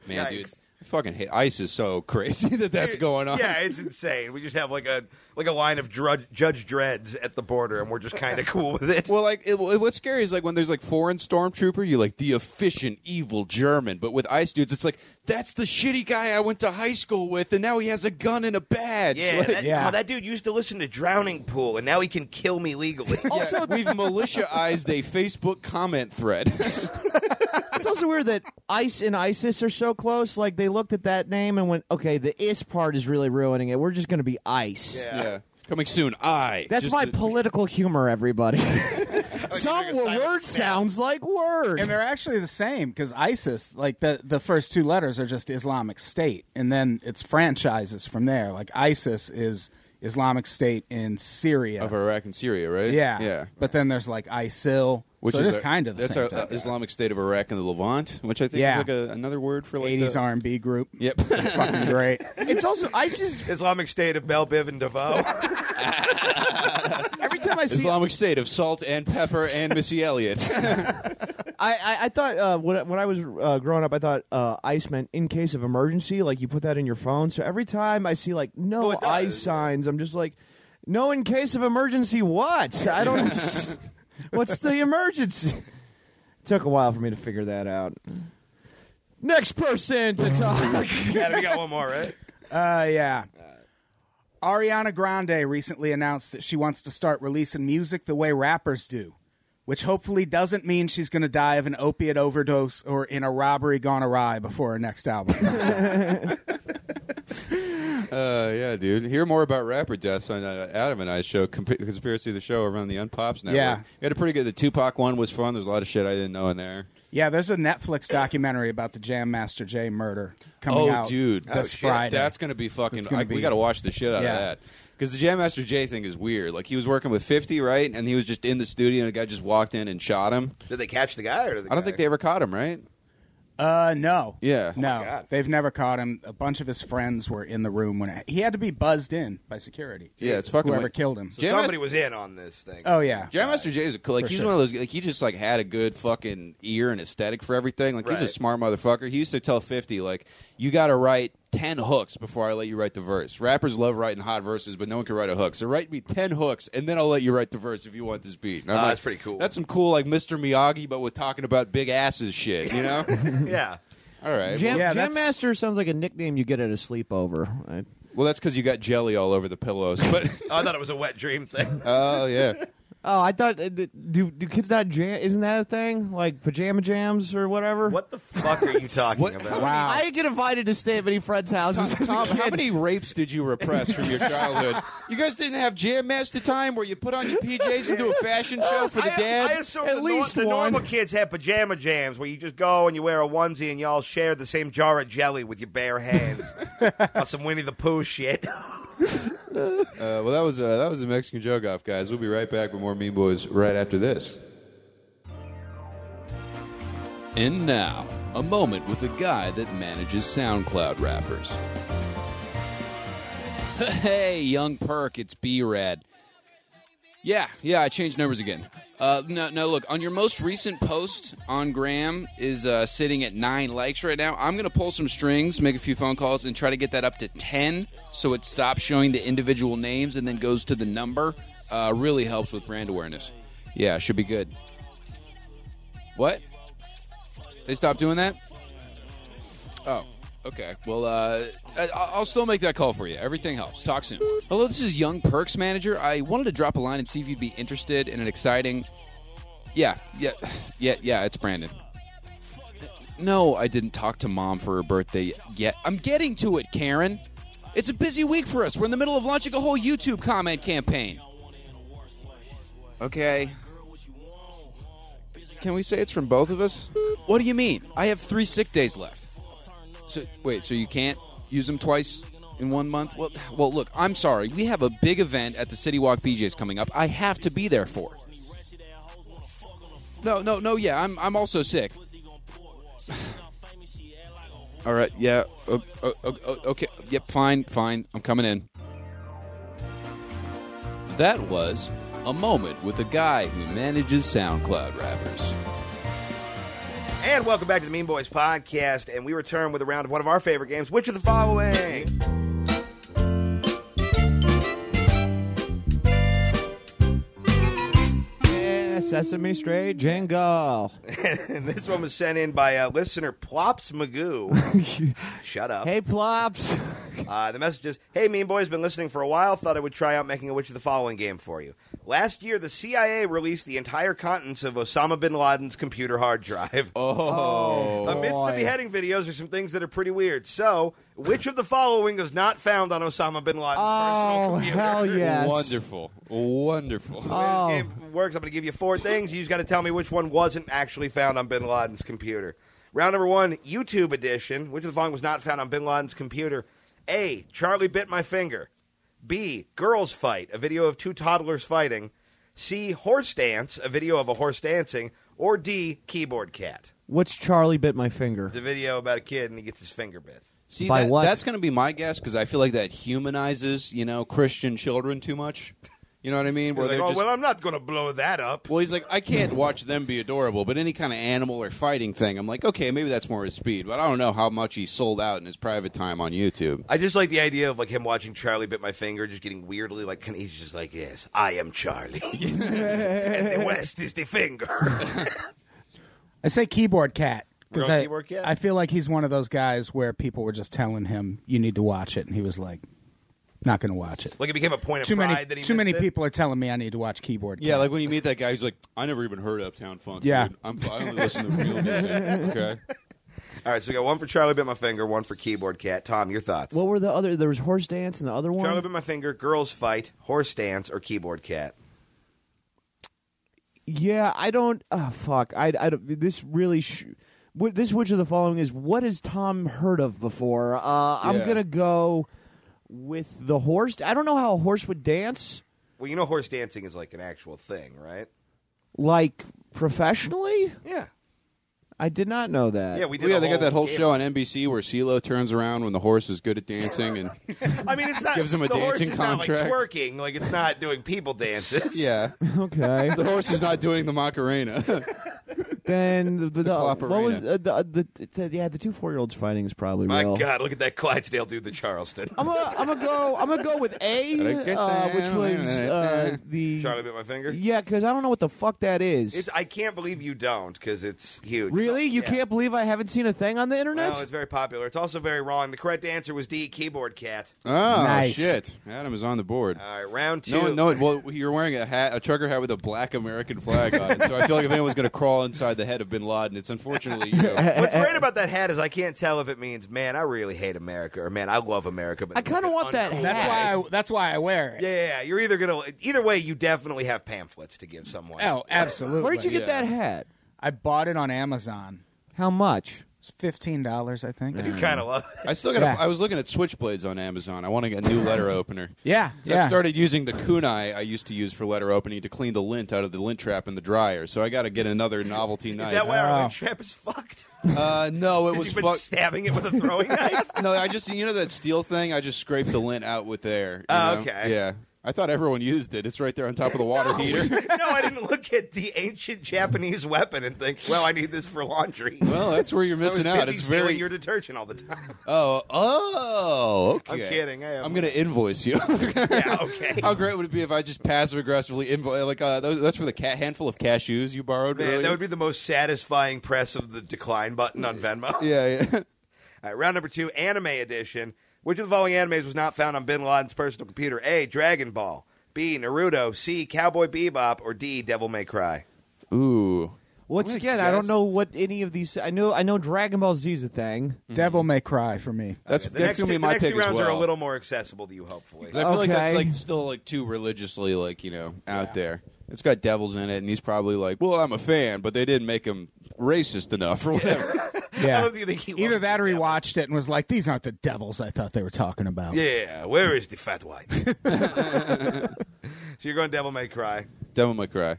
Man, dude. I fucking hate ICE is so crazy that that's going on. Yeah, it's insane. We just have like a like a line of drudge, Judge Dreads at the border, and we're just kind of cool with it. Well, like, it, what's scary is like when there's like foreign stormtrooper, you're like the efficient evil German, but with ICE dudes, it's like that's the shitty guy I went to high school with, and now he has a gun and a badge. yeah, Like- that, yeah. oh, that dude used to listen to Drowning Pool, and now he can kill me legally. Also, we've militiaized a Facebook comment thread. It's also weird that ICE and ISIS are so close. Like they looked at that name and went, "Okay, the is part is really ruining it. We're just going to be ICE." yeah. Coming soon, I. That's Just my the- political humor, everybody. like Some a word silent snap. sounds like word. And they're actually the same because ISIS, like the the first two letters are just Islamic State, and then it's franchises from there. Like ISIS is Islamic State in Syria. of Iraq and Syria, right? yeah, yeah. But then there's like ISIL, which so it is our- kind of the that's same. our uh, type. Islamic State of Iraq and the Levant, which I think Yeah. is like a, another word for like 80s the, R&B group. uh, Yep. Fucking great. it's also ISIS. Islamic State of Bell Biv and DeVoe. Every time I see, Islamic State of Salt and Pepper and Missy Elliott. I, I, I thought uh, when, when I was uh, growing up, I thought uh, ICE meant in case of emergency. Like you put that in your phone. So every time I see like no Oh, it does, ICE yeah. signs, I'm just like, no in case of emergency. What? I don't. what's the emergency? Took a while for me to figure that out. Next person to talk. yeah, we got one more, right? Uh, yeah. Ariana Grande recently announced that she wants to start releasing music the way rappers do, which hopefully doesn't mean she's going to die of an opiate overdose or in a robbery gone awry before her next album. comes out. Uh, yeah, dude. Hear more about rapper deaths on uh, Adam and I show Comp- Conspiracy of the Show over on the Unpops Network. Yeah. we had a pretty good. The Tupac one was fun. There's a lot of shit I didn't know in there. yeah, there's a Netflix documentary about the Jam Master Jay murder coming oh, out dude, this Oh, shit. Friday. That's gonna be fucking. It's gonna I- be- we gotta watch the shit out Yeah. of that because the Jam Master Jay thing is weird. Like he was working with Fifty, right? And he was just in the studio, and a guy just walked in and shot him. Did they catch the guy? Or did the I don't guy- think they ever caught him, right? Uh, no. Yeah. Oh my no, God. they've never caught him. A bunch of his friends were in the room when it, he had to be buzzed in by security. Yeah, it's fucking whoever weird. killed him. So- Jam Somebody Master- was in on this thing. oh yeah, Jam Master Jay is a cool. Like For he's sure. one of those. Like he just like had a good fucking ear and aesthetic for everything. Like he's Right. a smart motherfucker. He used to tell Fifty like, "You got to write ten hooks before I let you write the verse." Rappers love writing hot verses, but no one can write a hook. So write me ten hooks, and then I'll let you write the verse if you want this beat. And I'm Ah, like, that's pretty cool. That's some cool like Mr. Miyagi, but with talking about big asses shit. You know? yeah. All right. Jam, Yeah, Jam that's- Master sounds like a nickname you get at a sleepover. I- well, that's because you got jelly all over the pillows. But Oh, I thought it was a wet dream thing. oh yeah. Oh, I thought uh, th- do do kids not jam? Isn't that a thing? Like pajama jams or whatever. What the fuck are you talking What- about? Wow. I get invited to stay at many friends' houses. as a Tom, how kid. many rapes did you repress from your childhood? You guys didn't have jam master time where you put on your PJs and do a fashion show for the I, dad? I assume At the, least nor- the one. normal kids have pajama jams where you just go and you wear a onesie and y'all share the same jar of jelly with your bare hands. On some Winnie the Pooh shit. Uh, well, that was uh, that was a Mexican joke off, guys. We'll be right back with more Mean Boys right after this. And now, a moment with the guy that manages SoundCloud rappers. Hey, young perk, it's B Rad. Yeah, yeah, I changed numbers again. Uh, no, no, look, on your most recent post on Graham is uh, sitting at nine likes right now. I'm going to pull some strings, make a few phone calls, and try to get that up to 10 so it stops showing the individual names and then goes to the number. Uh, really helps with brand awareness. Yeah, should be good. What? They stopped doing that? Oh, okay. Well, uh, I, I'll still make that call for you. Everything helps. Talk soon. Hello, this is Young Perks Manager. I wanted to drop a line and see if you'd be interested in an exciting. Yeah, yeah, yeah, yeah. It's Brandon. No, I didn't talk to mom for her birthday yet. I'm getting to it, Karen. It's a busy week for us. We're in the middle of launching a whole YouTube comment campaign. Okay. Can we say it's from both of us? What do you mean? I have three sick days left. So wait, so you can't use them twice in one month? Well, well, look, I'm sorry. We have a big event at the City Walk BJ's coming up. I have to be there for. No, no, no. Yeah, I'm. I'm also sick. All right. Yeah. o- o- o- okay. Yep. Fine. Fine. I'm coming in. That was a moment with a guy who manages SoundCloud rappers. And welcome back to the Mean Boys podcast. And we return with a round of one of our favorite games, which of the following? Yeah, Sesame Street Jingle. and this one was sent in by uh, listener Plops Magoo. Shut up. Hey, Plops. Uh, the message is Hey, Mean Boys, been listening for a while. Thought I would try out making a Which of the Following game for you. Last year, the CIA released the entire contents of Osama bin Laden's computer hard drive. Oh. Amidst boy. the beheading videos are some things that are pretty weird. So, which of the following is not found on Osama bin Laden's Oh, personal computer? hell yes. Wonderful. Wonderful. Oh. This game works. I'm going to give you four things. You just got to tell me which one wasn't actually found on Bin Laden's computer. Round number one, YouTube edition. Which of the following was not found on Bin Laden's computer? A. Charlie bit my finger. B. Girls fight, a video of two toddlers fighting. C. Horse dance, a video of a horse dancing. Or D. Keyboard cat. What's Charlie bit my finger? It's a video about a kid and he gets his finger bit. See, By that, what? that's going to be my guess because I feel like that humanizes, you know, Christian children too much. You know what I mean? He's Where like, they're oh, just well, I'm not going to blow that up. well, he's like, I can't watch them be adorable, but any kind of animal or fighting thing, I'm like, okay, maybe that's more his speed. But I don't know how much he sold out in his private time on YouTube. I just like the idea of like him watching Charlie bit my finger, just getting weirdly like kinda- he's just like, "Yes, I am Charlie, and the West is the finger." I say keyboard cat because We're on I, Keyboard Cat? I feel like he's one of those guys where people were just telling him you need to watch it, and he was like, "Not going to watch it." like it became a point of too pride many, that he too many missed it. people are telling me I need to watch keyboard. Yeah, Cat. like when you meet that guy, he's like, I never even heard Uptown Funk. Yeah. dude. I'm, I only listen to real music. Okay, All right, so we got one for Charlie bit my finger, one for keyboard cat. Tom, your thoughts? What were the other? There was horse dance and the other one. Charlie bit my finger, girls fight, horse dance, or keyboard cat. Yeah, I don't. ah, fuck. I. I don't, this really. Sh- what, this which of the following is what has Tom heard of before? Uh, I'm Yeah. gonna go with the horse. I don't know how a horse would dance, Well, you know, horse dancing is like an actual thing, right? like professionally. Yeah, I did not know that. yeah, we did. yeah, a they got that whole game show on NBC where CeeLo turns around when the horse is good at dancing, and I mean, it's not Gives him a the horse dancing is contract. Not, like, twerking, like it's not doing people dances. yeah, okay. the horse is not doing the Macarena. then the, the, Clop what was Arena. uh, the, uh, the, the yeah the two four year olds fighting is probably My real. God, look at that Clydesdale dude, the Charleston. I'm gonna I'm gonna go I'm gonna go with A, uh, which was uh, the Charlie bit my finger. yeah because I don't know what the fuck that is. It's, I can't believe you don't because it's huge. Really? You Yeah. can't believe I haven't seen a thing on the internet? Well, it's very popular. It's also very wrong. The correct answer was D, keyboard cat. Oh Nice. shit! Adam is on the board. All right, round Uh, two. No, one- no. one- Well, you're wearing a hat, a trucker hat with a black American flag on it. So I feel like if anyone's going to crawl inside the head of Bin Laden, it's unfortunately you. What's eh, great about that hat is I can't tell if it means, man, I really hate America or man, I love America. But I kinda it's want that hat. uncool. that's why. I, that's why I wear it. Yeah, yeah, yeah. You're either gonna. Either way, you definitely have pamphlets to give someone. Oh, absolutely. Where did you get Yeah. that hat? I bought it on Amazon. How much? It's fifteen dollars, I think. You kind of love it. I still got. Yeah. I was looking at switchblades on Amazon. I want to get a new letter opener. Yeah, 'Cause yeah. I've started using the kunai I used to use for letter opening to clean the lint out of the lint trap in the dryer. So I got to get another novelty knife. Is that why Wow. our lint trap is fucked? Uh, no, it was You've been fuck. stabbing it with a throwing knife. no, I just you know that steel thing. I just scraped the lint out with air. you Oh, know? okay. Yeah, I thought everyone used it. It's right there on top of the water heater. no, I didn't look at the ancient Japanese weapon and think, "Well, I need this for laundry." Well, that's where you're I was missing out. busy It's stealing very your detergent all the time. oh oh okay. I'm kidding. I am. I'm gonna invoice you. Yeah, okay. How great would it be if I just passive aggressively invoice like uh, those, that's for the ca- handful of cashews you borrowed? Man, earlier? that would be the most satisfying press of the decline button on Venmo. yeah. yeah. All right, round number two, anime edition. Which of the following animes was not found on Bin Laden's personal computer? A. Dragon Ball. B. Naruto. C. Cowboy Bebop. Or D. Devil May Cry. Ooh. Once Well, again, you I don't guys- know what any of these. I know, I know, Dragon Ball Z is a thing. Devil May Cry for me. That's, The that's next, gonna two, be the my next pick two rounds as well. are a little more accessible to you, hopefully. 'Cause I feel like that's Okay. like still like too religiously like you know out there. It's got devils in it, and he's probably like, "Well, I'm a fan, but they didn't make him racist enough or whatever." I Yeah. don't think he Either loves that the or he devil. watched it and was like, "These aren't the devils I thought they were talking about." Yeah, where is the fat white? so you're going Devil May Cry. Devil May Cry.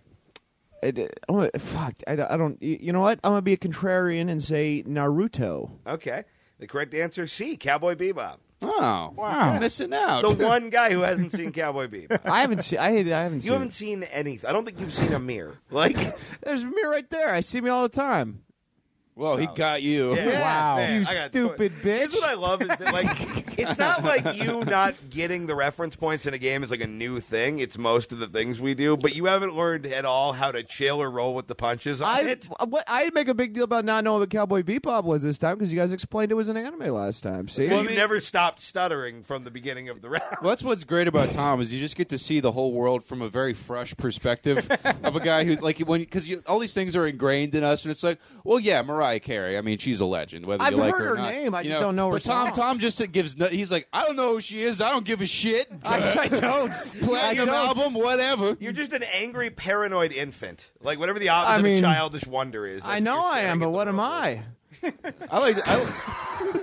It, I'm gonna- fuck, I, don't- I don't. You you know what? I'm gonna be a contrarian and say Naruto. Okay. The correct answer C. Cowboy Bebop. Oh, Wow. you're missing out. The one guy who hasn't seen Cowboy Bebop. I haven't seen. I, I haven't You seen. haven't seen anything. I don't think you've seen a mirror. Like, There's me right there. I see me all the time. Well, he got you. Yeah, Wow. man, you I got stupid bitch. That's what I love is that like it's not like you not getting the reference points in a game is like a new thing. It's most of the things we do, but you haven't learned at all how to chill or roll with the punches on I uh, it. what I make a big deal about not knowing what Cowboy Bebop was this time because you guys explained it was an anime last time. See, Well, I you mean- never stopped stuttering from the beginning of the round. Well, that's what's great about Tom is you just get to see the whole world from a very fresh perspective of a guy who like when because all these things are ingrained in us, and it's like, well, yeah, Mariah Carey. I mean, she's a legend. Whether I've you like heard her, or her not. name, I You just don't know her But Tom, songs. Tom just gives. No, he's like, I don't know who she is. I don't give a shit. I, I don't. I Platinum don't. album, whatever. You're just an angry, paranoid infant. Like whatever the opposite I mean- of childish wonder is. I know I am, but what am I? I like. I like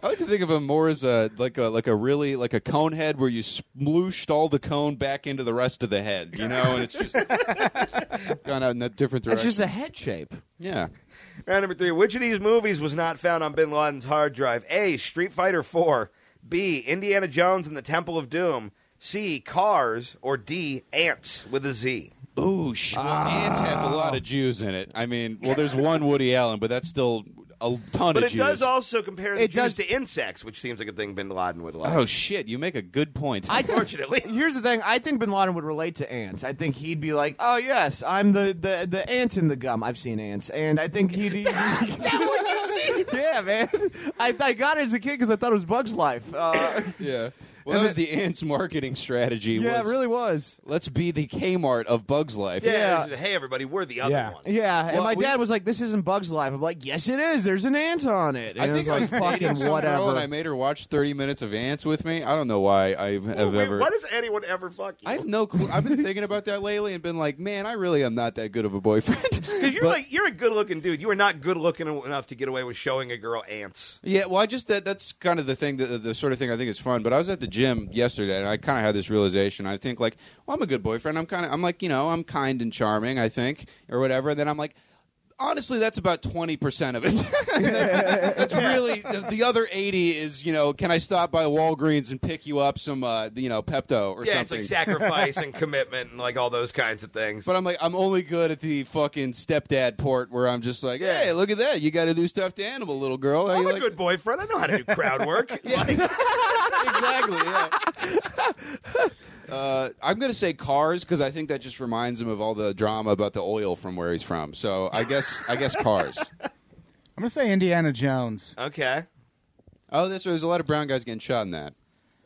I like to think of him more as a like a like a really like a cone head where you splooshed all the cone back into the rest of the head, you know, and it's just gone out in a different It's direction. just a head shape. yeah. Round number three. Which of these movies was not found on Bin Laden's hard drive? A. Street Fighter Four. B. Indiana Jones and the Temple of Doom. C. Cars. Or D. Ants with a Z. Ooh, sh- well, Ants has a lot of Jews in it. I mean, well, there's one Woody Allen, but that's still a ton But of it Jews. does also compare the It does- Jews to insects, which seems like a thing Bin Laden would like. oh shit, you make a good point. I Unfortunately. Here's the thing. I think Bin Laden would relate to ants. I think he'd be like, "Oh yes, I'm the the, the ant in the gum. I've seen ants." And I think he'd. yeah, man. I, I got it as a kid because I thought it was Bugs Life. Uh, yeah. Well, that was the ants' marketing strategy. yeah, it was, really was. Let's be the Kmart of Bugs Life. yeah. yeah. it's just, Hey, everybody, we're the other Yeah. one. Yeah, and Well, my we- dad was like, "This isn't Bugs Life." I'm like, "Yes, it is. There's an ant on it." And I think was like, I was dating "Fucking some Girl and I whatever." made her watch 30 minutes of Ants with me. I don't know why I have Wait, ever. Why does anyone ever fuck you? I have no clue. I've been thinking about that lately and been like, man, I really am not that good of a boyfriend. Because you're But- like you're a good-looking dude. You are not good-looking enough to get away with showing a girl ants. Yeah, well, I just that that's kind of the thing, the, the sort of thing I think is fun. But I was at the gym yesterday, and I kind of had this realization. I think like, well, I'm a good boyfriend. I'm kind of, I'm like, you know, I'm kind and charming. I think, or whatever. And then I'm like, honestly, that's about twenty percent of it. that's, that's really the, the other eighty is, you know, can I stop by Walgreens and pick you up some, uh, you know, Pepto or Yeah, something? it's like sacrifice and commitment and like all those kinds of things. But I'm like, I'm only good at the fucking stepdad port where I'm just like, hey, look at that. You got a new stuffed animal, little girl. How I'm Oh, you a like good boyfriend. I know how to do crowd work. exactly. Yeah. Uh, I'm gonna say cars because I think that just reminds him of all the drama about the oil from where he's from. So I guess I guess cars. I'm gonna say Indiana Jones. Okay. Oh, that's right. There's a lot of brown guys getting shot in that.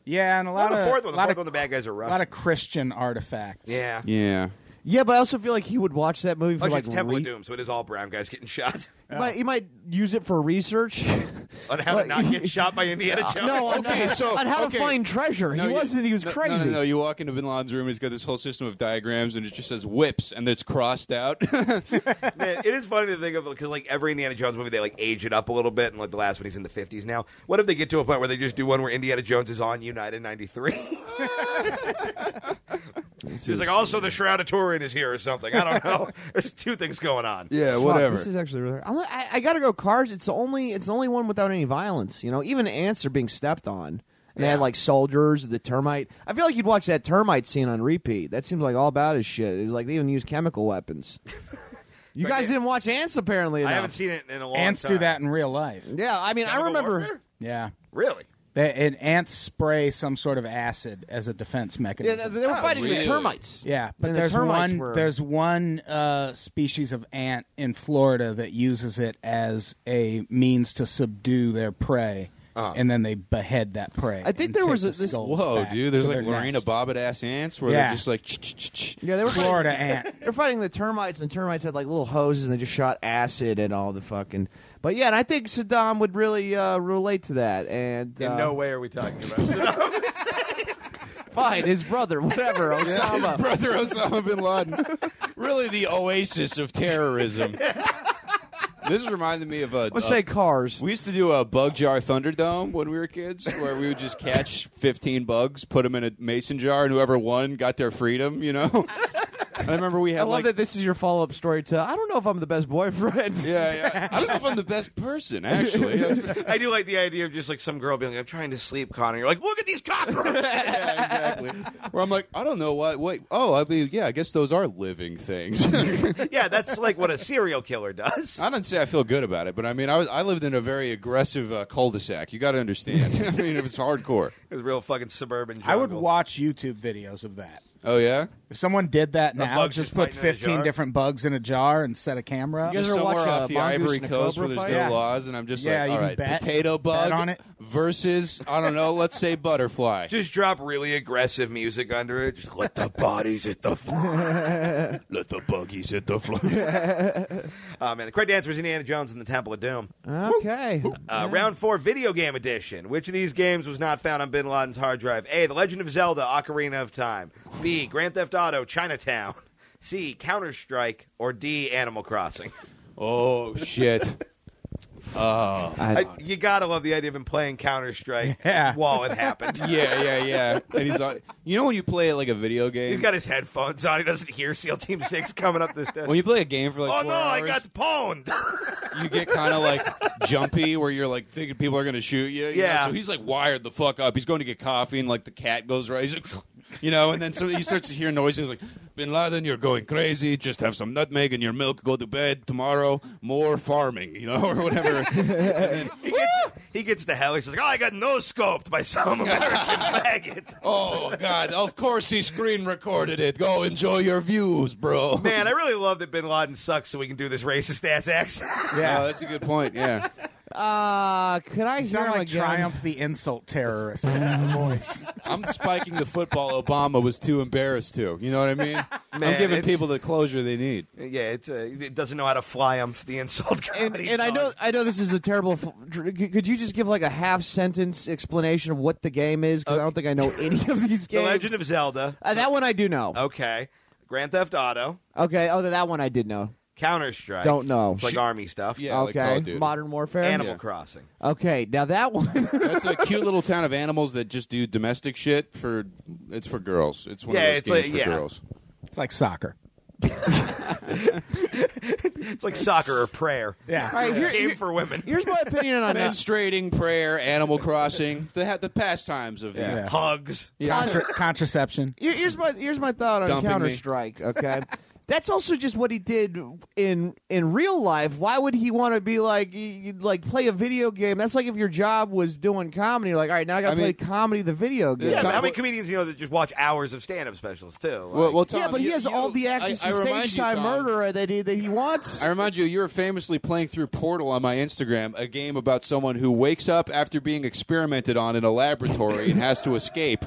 Yeah, and a Well, lot the of fourth one, the lot fourth of, one, the bad guys are a Russian. lot of Christian artifacts. yeah. Oh, Yeah. Yeah, but I also feel like he would watch that movie for Actually, like it's Temple re- of Doom, so it is all brown guys getting shot. He might, he might use it for research. On how to Like- not get shot by Indiana Jones. no, on- Okay, so- on how okay. to find treasure. No, he you- wasn't. He was no, no, crazy. No, no, You walk into Bin Laden's room, and he's got this whole system of diagrams, and it just says whips, and it's crossed out. Man, it is funny to think of because like every Indiana Jones movie, they like age it up a little bit, and like the last one he's in the fifties now. What if they get to a point where they just do one where Indiana Jones is on United '93? She's like, also the Shroud of Turin is here or something. I don't know. There's two things going on. yeah, Fuck, this is actually really. I'm, I, I gotta go. Cars. It's the only. It's the only one without any violence. You know, even ants are being stepped on. And they had like soldiers, the termite. I feel like you'd watch that termite scene on repeat. That seems like all about his shit. It's like they even use chemical weapons. you guys didn't watch ants apparently. I enough. haven't seen it in a long Ants time. do that in real life. Yeah, I mean, I Chemical remember. warfare? Yeah. Really? They, and ants spray some sort of acid as a defense Yeah, mechanism. they Oh, they were fighting the really? termites. Yeah, And but the there's termites one were- there's one uh, species of ant in Florida that uses it as a means to subdue their prey, Ah. and then they behead that prey. I think and there take was the a- this- skulls Whoa, back dude! There's to like their Lorena nest. Bobbitt ass ants where Yeah. they're just like. ch-ch-ch-ch. Yeah, they were fighting- Florida ant. They're fighting the termites, and termites had like little hoses, and they just shot acid at all the fucking. But yeah, and I think Saddam would really uh, relate to that. And In uh, no way are we talking about. fine, his brother, whatever, Osama. Brother Osama bin Laden, really the oasis of terrorism. this reminded me of a. Let's a- say cars. We used to do a bug jar Thunderdome when we were kids, where we would just catch 15 bugs, put them in a mason jar, and whoever won got their freedom, you know? I remember we had I love like. that this is your follow up story to. I don't know if I'm the best boyfriend. Yeah, yeah. I don't know if I'm the best person, actually. yeah, I do like the idea of just like some girl being like, "I'm trying to sleep, Connor." You're like, "Look at these cockroaches." exactly. Where I'm like, I don't know what. Wait, oh, I mean, yeah, I guess those are living things. yeah, that's like what a serial killer does. I don't say I feel good about it, but I mean, I, was, I lived in a very aggressive uh, cul-de-sac. You got to understand. I mean, it was hardcore. It's real fucking suburban. Jungle. I would watch YouTube videos of that. Oh yeah, If someone did that now, bugs just just put fighting in a 15 jar? different bugs in a jar and set a camera. up. You guys Just ever watch, somewhere uh, off the Mongoose Ivory and a Coast where Cobra there's no fight? Yeah. laws, and I'm just Yeah, like, you all can right, bet- potato bug bet on it. versus I don't know, let's say butterfly. Just drop really aggressive music under it. Just let the bodies hit the floor. Let the buggies hit the floor. oh, man. The correct answer is Indiana Jones and the Temple of Doom. Okay. Uh, Round four, video game edition. Which of these games was not found on Bin Laden's hard drive? A. The Legend of Zelda: Ocarina of Time. B. Grand Theft Auto: Chinatown. C. Counter Strike. Or D. Animal Crossing. oh shit. I, you gotta love the idea of him playing Counter Strike Yeah. while it happened. Yeah, yeah, yeah. And he's like, you know, when you play like a video game, He's got his headphones on. He doesn't hear SEAL Team Six coming up this. when you play a game for like oh four no! I hours, got pawned. you get kind of like jumpy where you're like thinking people are going to shoot you. you know? Yeah. So he's like wired the fuck up. He's going to get coffee and like the cat goes right. He's like, you know, and then so he starts to hear noises like, Bin Laden, you're going crazy. Just have some nutmeg in your milk. Go to bed tomorrow. More farming, you know, or whatever. And then, He gets, he gets to hell. He's like, oh, I got no scoped by some American faggot. oh, God. Of course he screen recorded it. Go enjoy your views, bro. Man, I really love that Bin Laden sucks, so we can do this racist ass accent. Yeah, Oh, that's a good point. Yeah. Uh, could I You hear sound him like again? Triumph the Insult Terrorist in that voice. I'm spiking the football Obama was too embarrassed to. You know what I mean? Man, I'm giving it's- people the closure they need. yeah, it's, uh, it doesn't know how to flyumph the insult And, comedy. and I know, genre. I know this is a terrible. F- dr- could you just give like a half sentence explanation of what the game is? Because I don't think I know any of these The games. Legend of Zelda. Uh, that one I do know. Okay, Grand Theft Auto, Okay. Oh, that one I did know. Counter Strike. Don't know. It's like army stuff. Yeah, like okay. Call of Duty. Modern Warfare. Animal Yeah. Crossing. Okay. Now that one. That's a cute little town of animals that just do domestic shit for. It's for girls. It's one Yeah, of it's those games like- for yeah. girls. It's like soccer. It's like soccer or prayer. Yeah. All right, here- Game here- for women. here's my opinion on that. Menstruating, prayer, Animal Crossing. They have the pastimes of Yeah. Hugs. Contra- contraception. Here- here's my here's my thought on Dumping me. Counter Strike. Okay, that's also just what he did in in real life. Why would he want to be like y- y- like play a video game? That's like if your job was doing comedy. You're like, all right, now I got I to play mean- comedy the video game. Yeah, but how many Well- comedians you know that just watch hours of stand-up specials too? Like, Well, well, Tom, yeah, but he you- has you- all the access I, I to remind stage you, time Tom, murderer that he that he wants. I remind you, you were famously playing through Portal on my Instagram, a game about someone who wakes up after being experimented on in a laboratory and has to escape.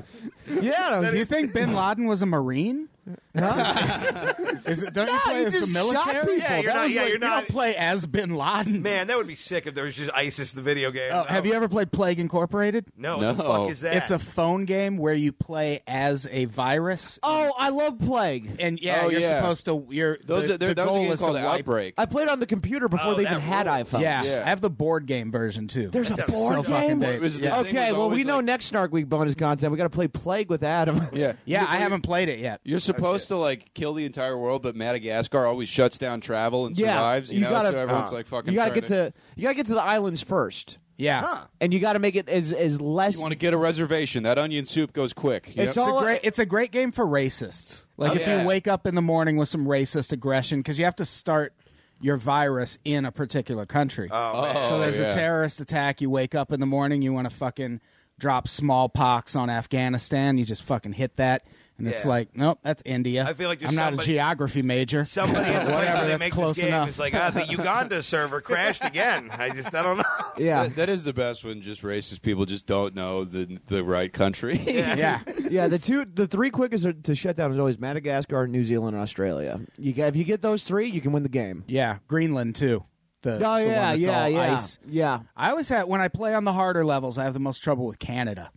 yeah, Do you think Bin Laden was a Marine? Is it? Don't you play you as just the shot people. military? Yeah, you're That not- was yeah, you're like- you don't not- play as Bin Laden. Man, that would be sick if there was just ISIS the video game. Oh, have you ever played Plague Incorporated? No, No. what the fuck is that? It's a phone game where you play as a virus. Oh, I love Plague. and yeah, Oh, you're yeah. supposed to. You're Those the, are, there, the that was a goal game is to called wipe- Outbreak. I played on the computer before Oh, they that even had rules. iPhones. Yeah. Yeah. I have the board game version too. There's a That's so board fucking game. big. was the Yeah. thing Okay, was well, we always, know like- next Snark Week bonus content. We got to play Plague with Adam. Yeah, Yeah, I You- haven't played it yet. You're supposed to like kill the entire world, but Madagascar always shuts down travel and Yeah, survives. You, you know, gotta- so everyone's like fucking. you got to get trying to you got to get to the islands first, Yeah, and you got to make it as as less. You want to get a reservation? That onion soup goes quick. you It's know? it's all- a great. It's a great game for racists. Like if Oh, Yeah. you wake up in the morning with some racist aggression, because you have to start your virus in a particular country. Oh, so there's yeah. a terrorist attack. You wake up in the morning. You want to fucking drop smallpox on Afghanistan. You just fucking hit that, and it's Yeah. like, nope, that's India. I feel like I'm there's not somebody- a geography major. Somebody at the place Whatever, where they that's make close this game enough. is like, ah, the Uganda server crashed again. I just, I don't know. yeah, That- that is the best when just racist people just don't know the the right country. yeah. yeah. The two, the three quickest are to shut down is always Madagascar, New Zealand, and Australia. You got, if you get those three, you can win the game. Yeah, Greenland too. The, the Oh one yeah, that's yeah, all yeah, ice. yeah. I always have when I play on the harder levels, I have the most trouble with Canada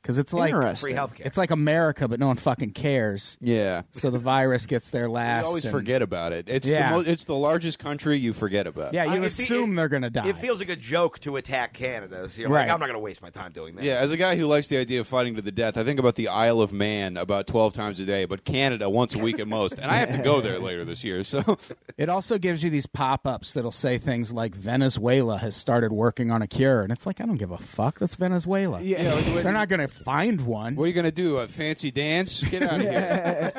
because it's like Interesting. Free healthcare. it's like America, but no one fucking cares. yeah. So the virus gets there You last. always and- forget about it. It's Yeah. the mo- it's the largest country you forget about. Yeah, you I- Uh, it fe- assume it- they're gonna die. It feels like a joke to attack Canada. So you're Right. like, I'm not going to waste my time doing that. Yeah, as a guy who likes the idea of fighting to the death, I think about the Isle of Man about 12 times a day, but Canada once a week at most. And I have to go there later this year. So it also gives you these pop-ups that'll say things like Venezuela has started working on a cure, and it's like I don't give a fuck. That's Venezuela. Yeah. Yeah, like, what- they're not gonna find one. What are you going to do? A fancy dance? Get out of here.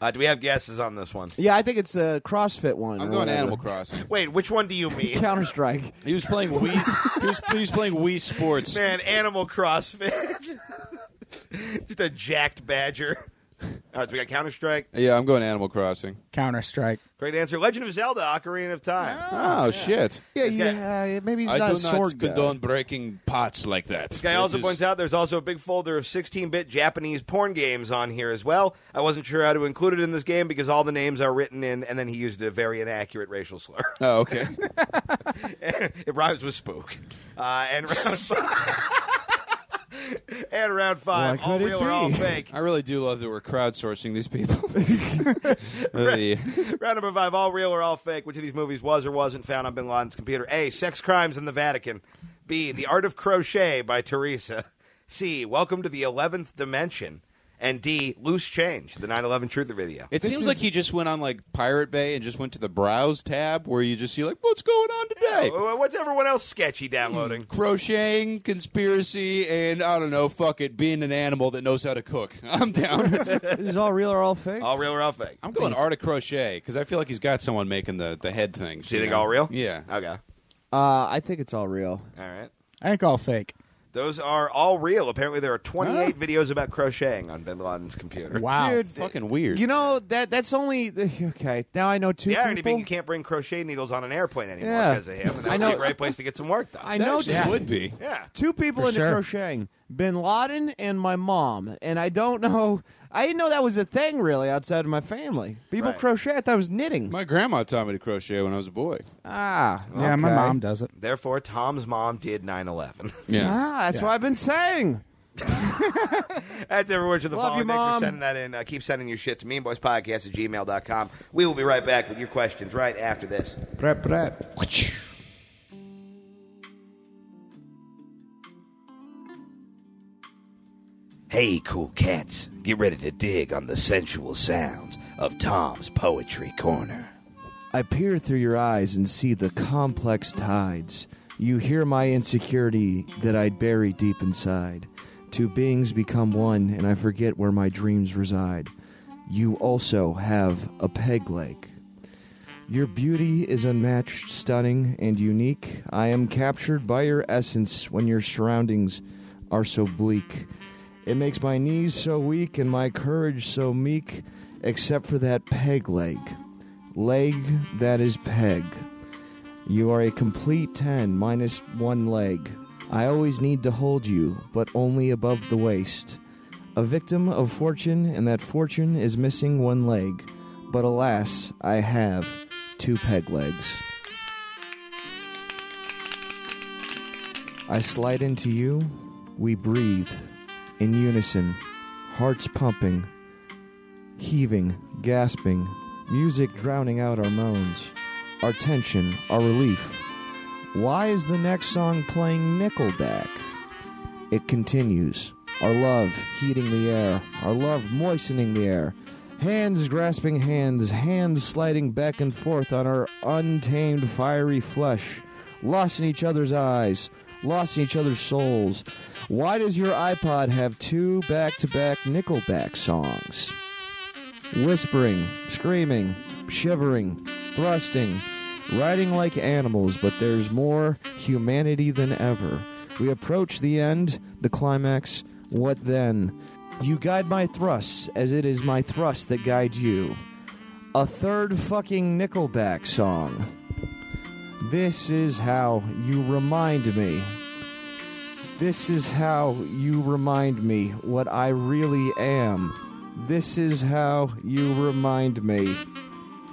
Uh, do we have guesses on this one? Yeah, I think it's a CrossFit one. I'm going Animal Crossing. Wait, which one do you mean? Counter Strike. He was playing Wii. He was, he was playing Wii Sports. Man, Animal CrossFit. just a jacked badger. All right, so we got Counter Strike. Yeah, I'm going Animal Crossing. Counter Strike. Great answer. Legend of Zelda: Ocarina of Time. Oh, shit! Yeah, This guy- yeah. yeah, Maybe he's I not do a sword not condone breaking pots like that. This guy also points out there's also a big folder of 16-bit Japanese porn games on here as well. I wasn't sure how to include it in this game because all the names are written in, and then he used a very inaccurate racial slur. Oh, okay. it rhymes with spook. Uh, and round five. and round five. Why all could it real or all be? fake. I really do love that we're crowdsourcing these people. The- round number five. All real or all fake. Which of these movies was or wasn't found on Bin Laden's computer? A. Sex Crimes in the Vatican. B. The Art of Crochet by Teresa. C. Welcome to the Eleventh Dimension. And D. Loose Change. The 9/11 Truther video. It seems like he just went on like Pirate Bay and just went to the browse tab where you just see like what's going on today. Oh, What's everyone else sketchy downloading? Crocheting, conspiracy, and I don't know, fuck it, being an animal that knows how to cook. I'm down. This is all real or all fake? All real or all fake? I'm going art of crochet because I feel like he's got someone making the, the head things. Do you you think know? all real? Yeah. Okay. All Uh, I think it's all real. right. I think all fake. Those are all real. Apparently, there are 28 videos about crocheting on Bin Laden's computer. Wow. Dude, Fucking weird. You know that that's only okay. Now I know two The irony people. being you can't bring crochet needles on an airplane anymore Yeah. because of him. And that I would know- be a great place to get some work done. I That know actually two, would be. yeah. two people For into sure. crocheting: Bin Laden and my mom. And I don't know. I didn't know that was a thing really outside of my family. People Right. crochet. I thought it was knitting. My grandma taught me to crochet when I was a boy. ah, yeah, my okay. mom does it. Therefore, Tom's mom did 9 11. Yeah. Ah, that's what I've been saying. That's everywhere to the Love you, Mom. following. Thanks for sending that in. Uh, keep sending your shit to meanboyspodcast at gmail.com. We will be right back with your questions right after this. Prep, prep. Hey, cool cats, get ready to dig on the sensual sounds of Tom's Poetry Corner. I peer through your eyes and see the complex tides. You hear my insecurity that I bury deep inside. Two beings become one, and I forget where my dreams reside. You also have a peg leg. Your beauty is unmatched, stunning, and unique. I am captured by your essence when your surroundings are so bleak. It makes my knees so weak and my courage so meek, except for that peg leg leg that is peg. You are a complete 10 minus one leg. I always need to hold you, but only above the waist. a victim of fortune, and that fortune is missing one leg. But alas, I have two peg legs. I slide into you, we breathe in unison, hearts pumping, heaving, gasping, music drowning out our moans, our tension, our relief. Why is the next song playing Nickelback? It continues. Our love heating the air, our love moistening the air. Hands grasping hands, hands sliding back and forth on our untamed fiery flesh, lost in each other's eyes, lost in each other's souls. Why does your iPod have two back to back Nickelback songs? whispering, screaming, shivering, thrusting, riding like animals, but there's more humanity than ever. We approach the end, the climax. What then? You guide my thrusts as it is my thrusts that guide you. A third fucking Nickelback song. This is how you remind me. This is how you remind me what I really am. This is how you remind me.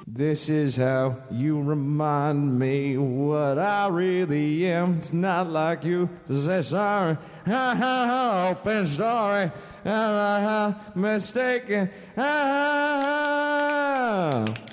This is how you remind me what I really am. It's not like you say sorry. Ha ha ha, open story. Ha ha ha, mistaken. Ha ha ha.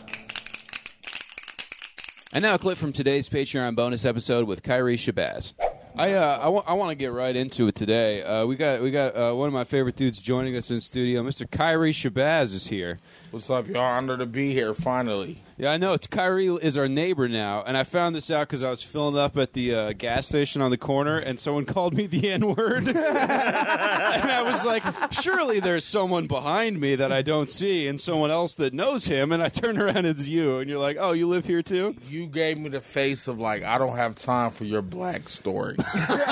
And now a clip from today's Patreon bonus episode with Kyrie Shabazz. I uh, I, wa- I want to get right into it today. Uh, we got we got uh, one of my favorite dudes joining us in studio. Mr. Kyrie Shabazz is here. What's up, y'all? Honored to be here finally. Yeah, I know. It's Kyrie is our neighbor now, and I found this out because I was filling up at the uh, gas station on the corner, and someone called me the N word, and I was like, "Surely there's someone behind me that I don't see, and someone else that knows him." And I turn around, and it's you, and you're like, "Oh, you live here too?" You gave me the face of like I don't have time for your black story. you know what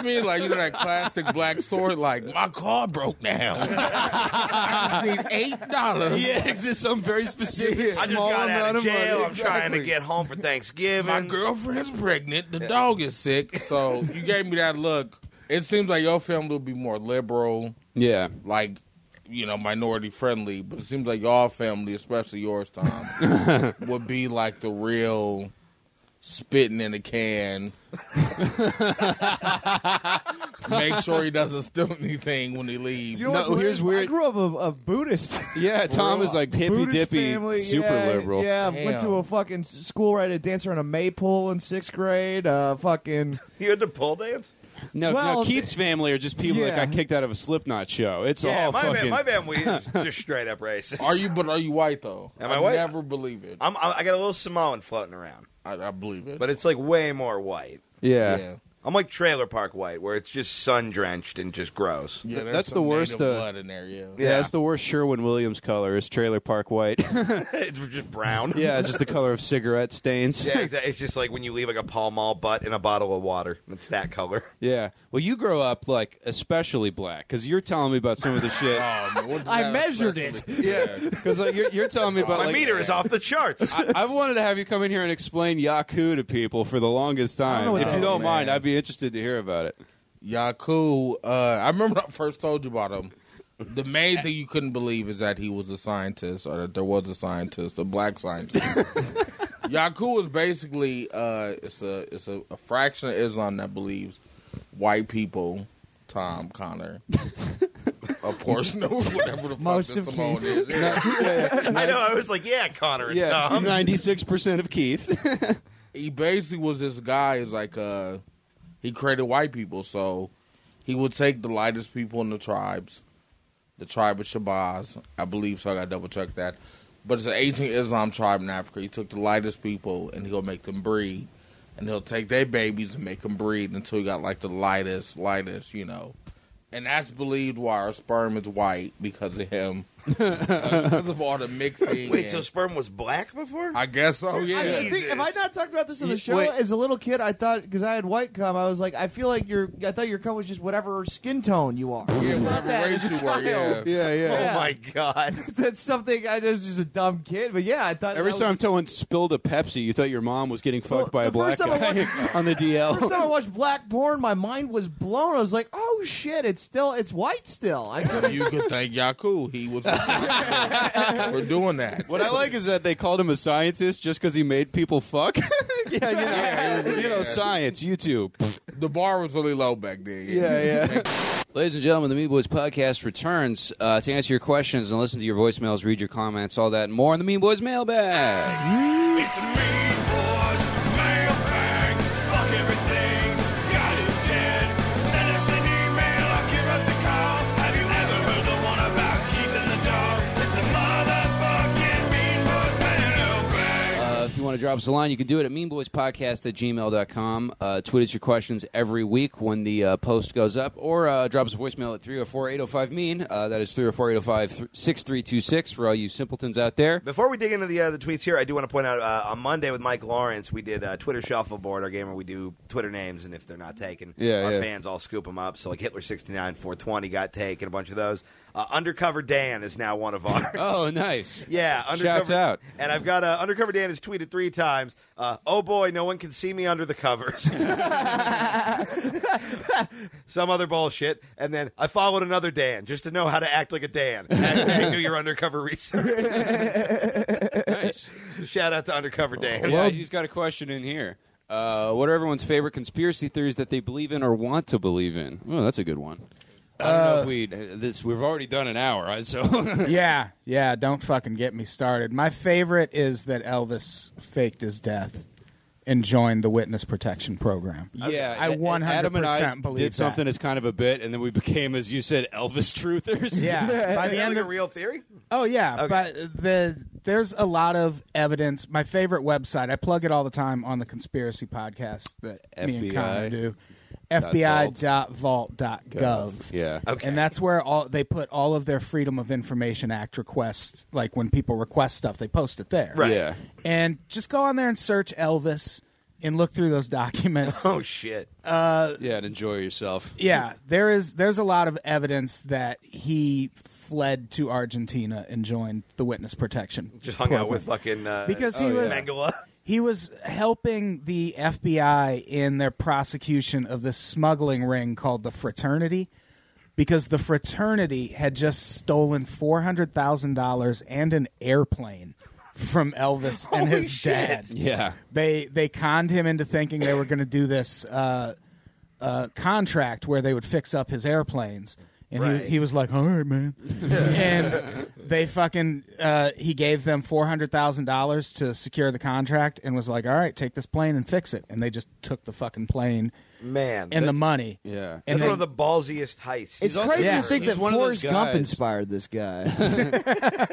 I mean? Like you know that classic black story, like my car broke down. I just need eight dollars. Yeah, it's just some very specific Yeah. small I I just got amount out of money. jail. I'm trying to Exactly. get home for Thanksgiving. My girlfriend's pregnant. The dog is sick. So you gave me that look. It seems like your family will be more liberal. Yeah, like you know minority friendly, but it seems like y'all family, especially yours, Tom, would be like the real spitting in a can. Make sure he doesn't steal anything when he leaves. know what's No, weird? here's weird- I I grew up a, Buddhist. yeah. Tom is like hippy dippy, super yeah, liberal. Yeah, went Damn. to a fucking s- school where I did dance around a maypole in sixth grade. Uh, fucking you had to pole dance? No, no, Well, Keith's family are just people that yeah. got kicked out of a Slipknot show. It's Yeah, all my, fucking. fam- my family is just straight up racist. Are you? But are you white though? Am I white? Never believe it. I'm, I I got a little Samoan floating around, I, I believe it. but it's like way more white. yeah. yeah, yeah. I'm like trailer park white, where it's just sun drenched and just gross. there's that's the some worst, native uh, blood in there. Yeah. Yeah, it's the worst Sherwin Williams color is trailer park white. it's just brown. yeah, just the color of cigarette stains. Yeah, exactly. It's just like when you leave like a Pall Mall butt in a bottle of water. It's that color. Yeah. Well, you grow up like especially black because you're telling me about some of the shit. Oh, man, what does I that measured especially- Yeah. Because like you're, you're telling me about My like, meter is off the charts. I, I've wanted to have you come in here and explain Yaku to people for the longest don't know time. what If that you is. don't Oh, mind, man. I'd be interested to hear about it. Yaku, uh, I remember I first told you about him. The main thing you couldn't believe is that he was a scientist, or that there was a scientist, a black scientist. Yaku is basically uh, it's a it's a, a fraction of Islam that believes white people, Tom Connor, a portion of whatever the fuck Most the of Simone Keith. is. Yeah. I know. I was like, yeah, Connor and Yeah, Tom. ninety six percent of Keith. he basically was this guy is like uh he created white people so he would take the lightest people in the tribes the tribe of shabazz i believe so i gotta double check that but it's an ancient islam tribe in africa he took the lightest people and he'll make them breed and he'll take their babies and make them breed until he got like the lightest lightest you know and that's believed why our sperm is white because of him because of all the mixing. Wait, and- so sperm was black before? I guess so. Yeah. I mean, I think, have I not talked about this on the Y- show wait. as a little kid? I thought because I had white cum, I was like, I feel like your, I thought your cum was just whatever skin tone you are. yeah, Not whatever that race as a you were, yeah. child. Yeah, yeah. Oh my god. That's something I was just a dumb kid, but yeah, I thought Every that time was- someone spilled a Pepsi, you thought your mom was getting fucked by Well, a the black first time I guy on the First time I DL. watched black porn, my mind was blown. I was like, "Oh shit! It's still, it's white still." I couldn't. You could thank Yaku. He was responsible for doing that. What I like is that they called him a scientist just because he made people fuck. yeah, you know, you know, science, YouTube. The bar was really low back then. yeah. Ladies and gentlemen, the Meat Boys podcast returns uh, to answer your questions and listen to your voicemails, read your comments, all that and more on the Mean Boys mailbag. It's me, boys, mailbag. Fuck everything. God is dead. Send us an email or give us a call. Have you ever heard the one about keeping the dog? It's a motherfucking mean boys mailbag. Uh, if you want to drop us a line, you can do it at meanboyspodcast at gmail.com. Uh, tweet us your questions every week when the uh, post goes up, or uh, drop us a voicemail at 304 805 MEAN. Uh, that is 304 805 6326 for all you simpletons out there. Before we dig into the uh, the tweets here, I do want to point out uh, on Monday with Mike Lawrence, we did uh, Twitter shuffleboard, our game where we do Twitter names, and if they're not taken, Yeah, our yeah. fans all scoop them up. So like Hitler sixty nine, four twenty got taken, a bunch of those. Uh, Undercover Dan is now one of ours. Oh, nice. Yeah, undercover. Shouts out. And I've got uh, undercover Dan has tweeted three times. Uh, oh boy, no one can see me under the covers. Some other bullshit, and then I followed another Dan just to know how to act like a Dan. Hashtag do your undercover research. nice. Shout out to undercover Dan. Yeah, he's got a question in here. Uh, what are everyone's favorite conspiracy theories that they believe in or want to believe in? Oh, that's a good one. I don't know if we this we've already done an hour, right? So Yeah, yeah. Don't fucking get me started. My favorite is that Elvis faked his death and joined the witness protection program. yeah, I A- A- Adam and I 100% believe did something that. as kind of a bit, and then we became, as you said, Elvis truthers. Yeah. By Is the that end like a of real theory? uh, Oh yeah, but the there's a lot of evidence. My favorite website, I plug it all the time on the conspiracy podcast that me and Connor FBI. do. FBI.vault.gov. yeah. Okay. And that's where all they put all of their Freedom of Information Act requests. Like when people request stuff, they post it there. Right. Yeah. And just go on there and search Elvis and look through those documents. Oh shit. Yeah, and enjoy yourself. yeah, there is there's a lot of evidence that he fled to Argentina and joined the witness protection. Just hung out with fucking uh, because he was Mangala. he was helping the FBI in their prosecution of this smuggling ring called the Fraternity because the Fraternity had just stolen $400,000 and an airplane from Elvis and his dad. Yeah, They they conned him into thinking they were going to do this uh, uh, contract where they would fix up his airplanes. And Right. he, he was like, "All right, man," and they fucking uh, he gave them four hundred thousand dollars to secure the contract, and was like, "All right, take this plane and fix it." And they just took the fucking plane Man, and the money. yeah. and that's then, one of the ballsiest heists. It's He's also- crazy Yeah. to think He's that one of those Forrest Gump guys. inspired this guy.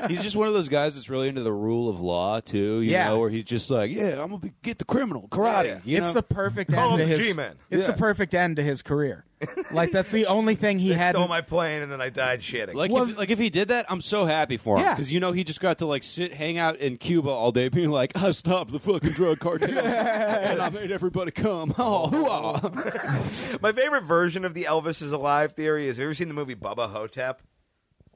He's just one of those guys that's really into the rule of law too. You Yeah. know, where he's just like, yeah, I'm gonna be, get the criminal karate. Yeah. You it's know? the perfect Call end him to the his. G-Man. It's Yeah. the perfect end to his career. like that's the only thing he they had. stole my plane and then I died shitting. Like, Well- if, like if he did that, I'm so happy for him Yeah. because you know he just got to like sit, hang out in Cuba all day, being like, "I stopped the fucking drug cartel, and I made everybody come." Oh, hoo-ah. My favorite version of the Elvis is alive theory is have you ever seen the movie Bubba Hotep?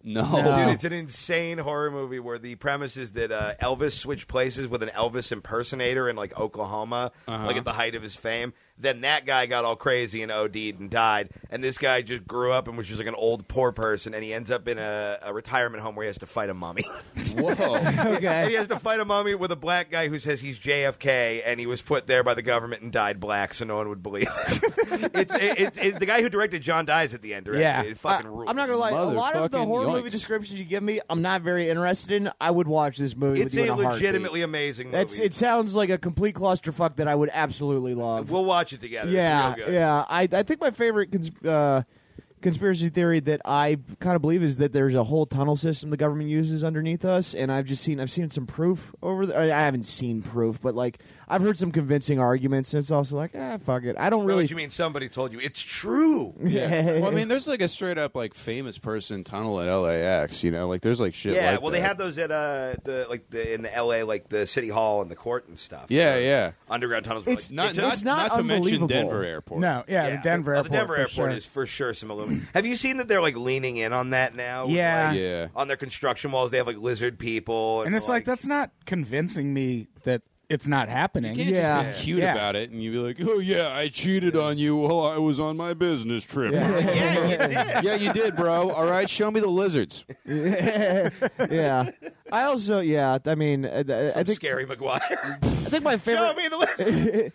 no, No. Dude, it's an insane horror movie where the premise is that uh, Elvis switched places with an Elvis impersonator in like Oklahoma, like at the height of his fame. Then that guy got all crazy and OD'd and died, and this guy just grew up and was just like an old poor person, and he ends up in a, a retirement home where he has to fight a mummy. whoa, and okay. he has to fight a mummy with a black guy who says he's JFK and he was put there by the government and died black, so no one would believe it. it's, it, it's it's the guy who directed John dies at the end. Directed. Yeah. it. It fucking rules. I'm not gonna lie. A lot of the Motherfucking horror movie yikes. descriptions you give me, I'm not very interested in. I would watch this movie It's with you a in a legitimately heartbeat. amazing movie. That's. It sounds like a complete clusterfuck that I would absolutely love. We'll watch it together. It's yeah, real good. yeah. I I think my favorite cons- uh, conspiracy theory that I kind of believe is that there's a whole tunnel system the government uses underneath us, and I've just seen I've seen some proof over. The, I I haven't seen proof, but like I've heard some convincing arguments, and it's also like ah fuck it, I don't Really? really. You mean somebody told you it's true? Yeah. well, I mean, there's like a straight up like famous person tunnel at LAX. You know, like there's like shit. Yeah, like well, that. they have those at uh, the like the in the L.A. like the city hall and the court and stuff. Yeah, Uh, yeah. Underground tunnels. were, It's- like, Not, It not, does- not to mention unbelievable. Denver Airport. No, yeah, the Denver Oh, airport. the Denver for airport sure. is for sure some aluminum. have you seen that they're like leaning in on that now? with, Yeah. like, Yeah. On their construction walls, they have like lizard people, and it's like, that's not convincing me that it's not happening. You can't Yeah. just be cute Yeah. about it and you be like, "Oh yeah, I cheated on you while I was on my business trip." Yeah, you did, bro. All right, show me the lizards. yeah, I also yeah. I mean, uh, th- I I think Scary McGuire. I think my favorite. Show me the lizard.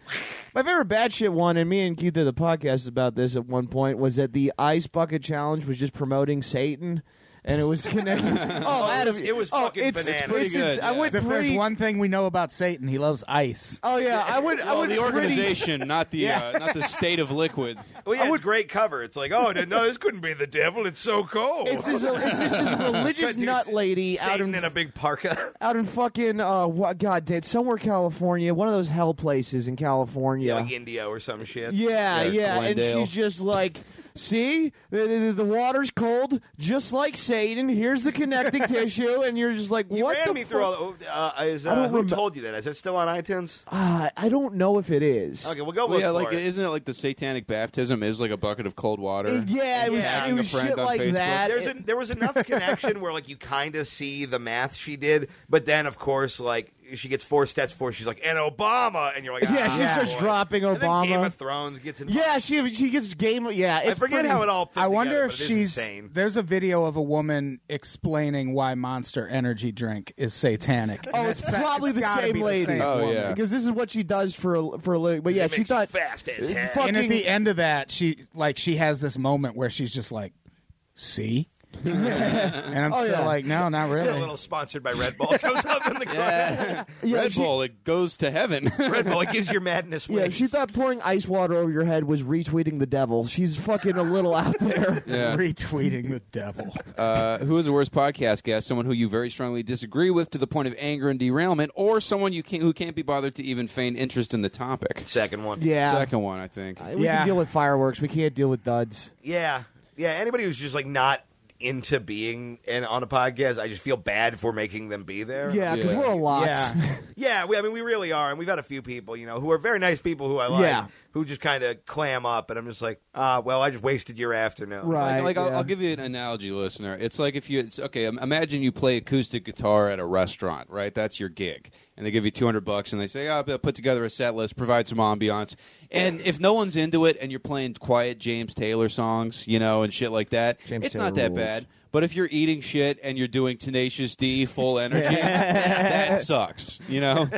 My favorite bad shit one, and me and Keith did a podcast about this at one point, was that the Ice Bucket Challenge was just promoting Satan, and it was connected. oh, Adam, it was oh, fucking it's, bananas. Pretty It's, it's, good, I yeah. went As if there's pretty- one thing we know about Satan, he loves ice. Oh yeah, I would. I Well, would the organization, not the uh, not the state of liquid. Well, yeah, it's great cover. It's like, oh no, this couldn't be the devil. It's so cold. Pretty, it's this. It's this, this religious But you- nut lady out Satan in, in a big parka. out in fucking uh what God did somewhere California, one of those hell places in California. Yeah, like India or some shit. Yeah, Yeah, yeah, Glendale. and she's just like, see, the, the, the water's cold, just like Satan. Here's the connecting tissue, and you're just like, You what ran the me fu- through all the. Uh, is, I uh, don't who remem- told you that? Is it still on iTunes? Uh, I don't know if it is. Okay, we'll go Well, look yeah, for like it. isn't it like the satanic baptism is like a bucket of cold water? It- yeah, it was, it Yeah. was Having a friend shit on like Facebook. that. There's It- a, there was enough connection where like you kind of see the math she did, but then of course like she gets four stats for she's like and Obama and you're like Yeah, ah, she starts boy. dropping And then Obama. Game of Thrones gets involved. yeah, she she gets game. Yeah, I it's forget pretty- how it all. Fit I together, wonder if but it is she's insane. there's a video of a woman explaining why Monster Energy drink is satanic. Oh, And it's that's- probably it's the gotta same be lady. same Oh, woman. yeah. because this is what she does for a, for a living. But yeah, It she makes thought you fast as Uh, hell. fuck- And at Fucking- the end of that, she like she has this moment where she's just like, "See," and I'm Oh, still yeah. like, "No, not a really." little sponsored by Red Bull comes up in the corner. yeah, Red she, Bull, it goes to heaven. Red Bull, it gives your madness. Yeah, wings. she thought pouring ice water over your head was retweeting the devil. She's fucking a little out there. yeah. Retweeting the devil. Uh, who is the worst podcast guest? Someone who you very strongly disagree with to the point of anger and derailment, or someone you can't, who can't be bothered to even feign interest in the topic. Second one. Yeah, Second one, I think. We Yeah. can deal with fireworks. We can't deal with duds. Yeah, yeah. Anybody who's just like not into being in, on a podcast, I just feel bad for making them be there. Yeah, because Yeah. we're a lot. Yeah. Yeah, we, I mean, we really are, and we've had a few people, you know, who are very nice people who I like, Yeah. who just kind of clam up, and I'm just like, ah, well, I just wasted your afternoon. Right. Like, like I'll, yeah. I'll give you an analogy, listener. It's like if you, it's, okay, im- imagine you play acoustic guitar at a restaurant, right? That's your gig. And they give you 200 bucks and they say, oh, put together a set list, provide some ambiance. And if no one's into it and you're playing quiet James Taylor songs, you know, and shit like that, James it's Taylor not that rules. bad. But if you're eating shit and you're doing Tenacious D full energy, that sucks, you know?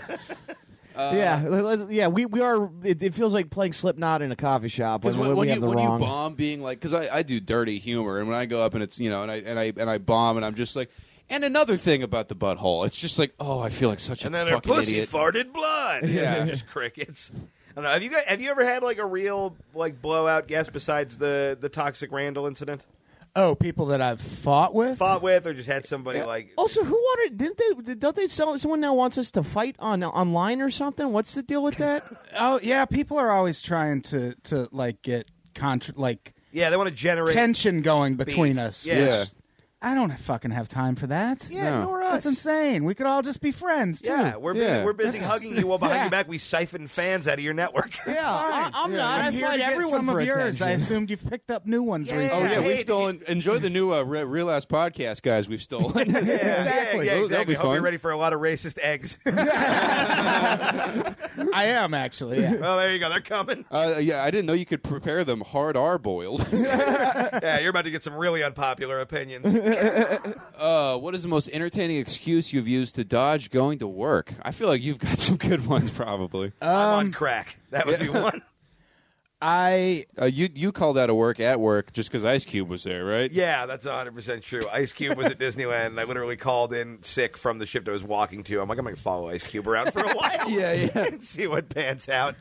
yeah, let- let's- yeah. We we are. It, it feels like playing Slipknot in a coffee shop when, Because when, when we when have you the when wrong. you bomb, being like, because I, I do dirty humor, and when I go up and it's you know, and I and I and I bomb, and I'm just like, and another thing about the butthole, it's just like, oh, I feel like such And a then her fucking pussy idiot. farted blood. Yeah. just crickets. I don't know. Have you guys, have you ever had like a real like blowout guest besides the the toxic Randall incident? Oh, people that I've fought with. Fought with, or just had somebody like also, who wanted? Didn't they? did- Don't they? Sell, someone now wants us to fight on online or something. What's the deal with that? Oh yeah, people are always trying to to like get contra- like yeah, they want to generate tension going between Beef. us. Yeah. which Yeah. I don't fucking have time for that. Yeah, No. nor us. That's insane. We could all just be friends too. yeah, we're busy, Yeah. we're busy hugging you while behind Yeah. your back we siphon fans out of your network. yeah, I, I'm not. I'm I here to fight get everyone some for of yours. I attention. assumed you've picked up new ones Yeah. Oh yeah, recently. Hey, we've did stolen. Enjoy the new uh, Re- Real Ass podcast, guys. We've stolen. Yeah, Exactly. Yeah, yeah, Those- that'll be exactly. Hope you're fun. ready for a lot of racist eggs. I am actually. Yeah. well, there you go. They're coming. Uh, yeah, I didn't know you could prepare them hard R boiled. Yeah, you're about to get some really unpopular opinions. uh, what is the most entertaining excuse you've used to dodge going to work? I feel like you've got some good ones, probably. I'm on crack. That would be one. I Uh, you you called out of work at work just because Ice Cube was there, right? Yeah, that's 100% true. Ice Cube was at Disneyland, and I literally called in sick from the ship that I was walking to. I'm like, I'm going to follow Ice Cube around for a while yeah, yeah. and see what pans out.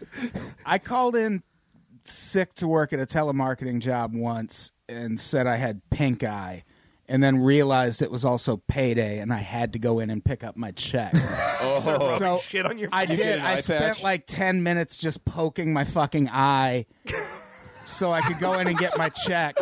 I called in sick to work at a telemarketing job once and said I had pink eye, and then realized it was also payday, and I had to go in and pick up my check. Oh, so shit on your I You get did. an I eye spent patch? like ten minutes just poking my fucking eye, so I could go in and get my check.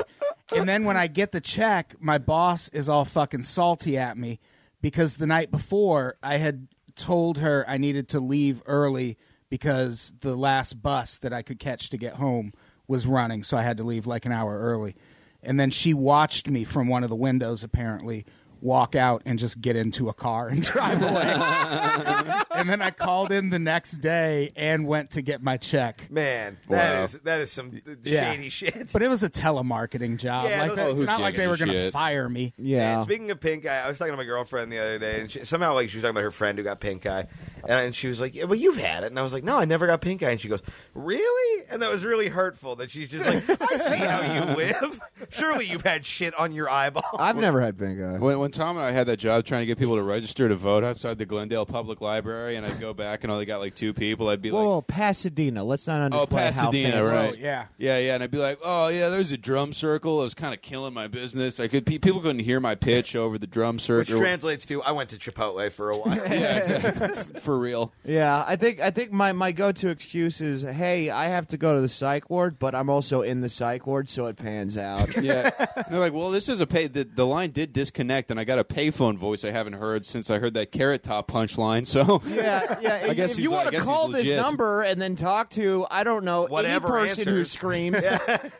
And then when I get the check, my boss is all fucking salty at me because the night before I had told her I needed to leave early because the last bus that I could catch to get home was running, so I had to leave like an hour early. And then she watched me from one of the windows apparently walk out and just get into a car and drive away. and then I called in the next day and went to get my check. Man, that Wow. is that is some uh, Yeah. shady shit. But it was a telemarketing job. Yeah, like, those- it's who not like gives they a were going to shit? fire me. Yeah. And speaking of pink eye, I was talking to my girlfriend the other day, and she, somehow like she was talking about her friend who got pink eye, and, and she was like, yeah, "Well, you've had it," and I was like, "No, I never got pink eye," and she goes, "Really?" And that was really hurtful. That she's just like, "I see how you live. Surely you've had shit on your eyeball." I've never had pink eye. When, when Tom and I had that job trying to get people to register to vote outside the Glendale Public Library, and I'd go back and only got like two people, I'd be Whoa, like, whoa, Pasadena. Let's not Oh, underplay how Pasadena, fancy- right? Oh, yeah. yeah, yeah. And I'd be like, "Oh, yeah, there's a drum circle. I was kind of killing my business. I could pe- people couldn't hear my pitch over the drum Which circle. translates to, "I went to Chipotle for a while." yeah, exactly. for real. Yeah, I think I think my, my go to excuse is, hey, I have to go to the psych ward, but I'm also in the psych ward, so it pans out. Yeah, And they're like, well, this is a pay. The, the line did disconnect, and I got a payphone voice I haven't heard since I heard that carrot top punchline. So Yeah, yeah. if- guess if he's- you I want to guess call he's this legit. number and then talk to, I don't know, Whatever any person who answers. screams,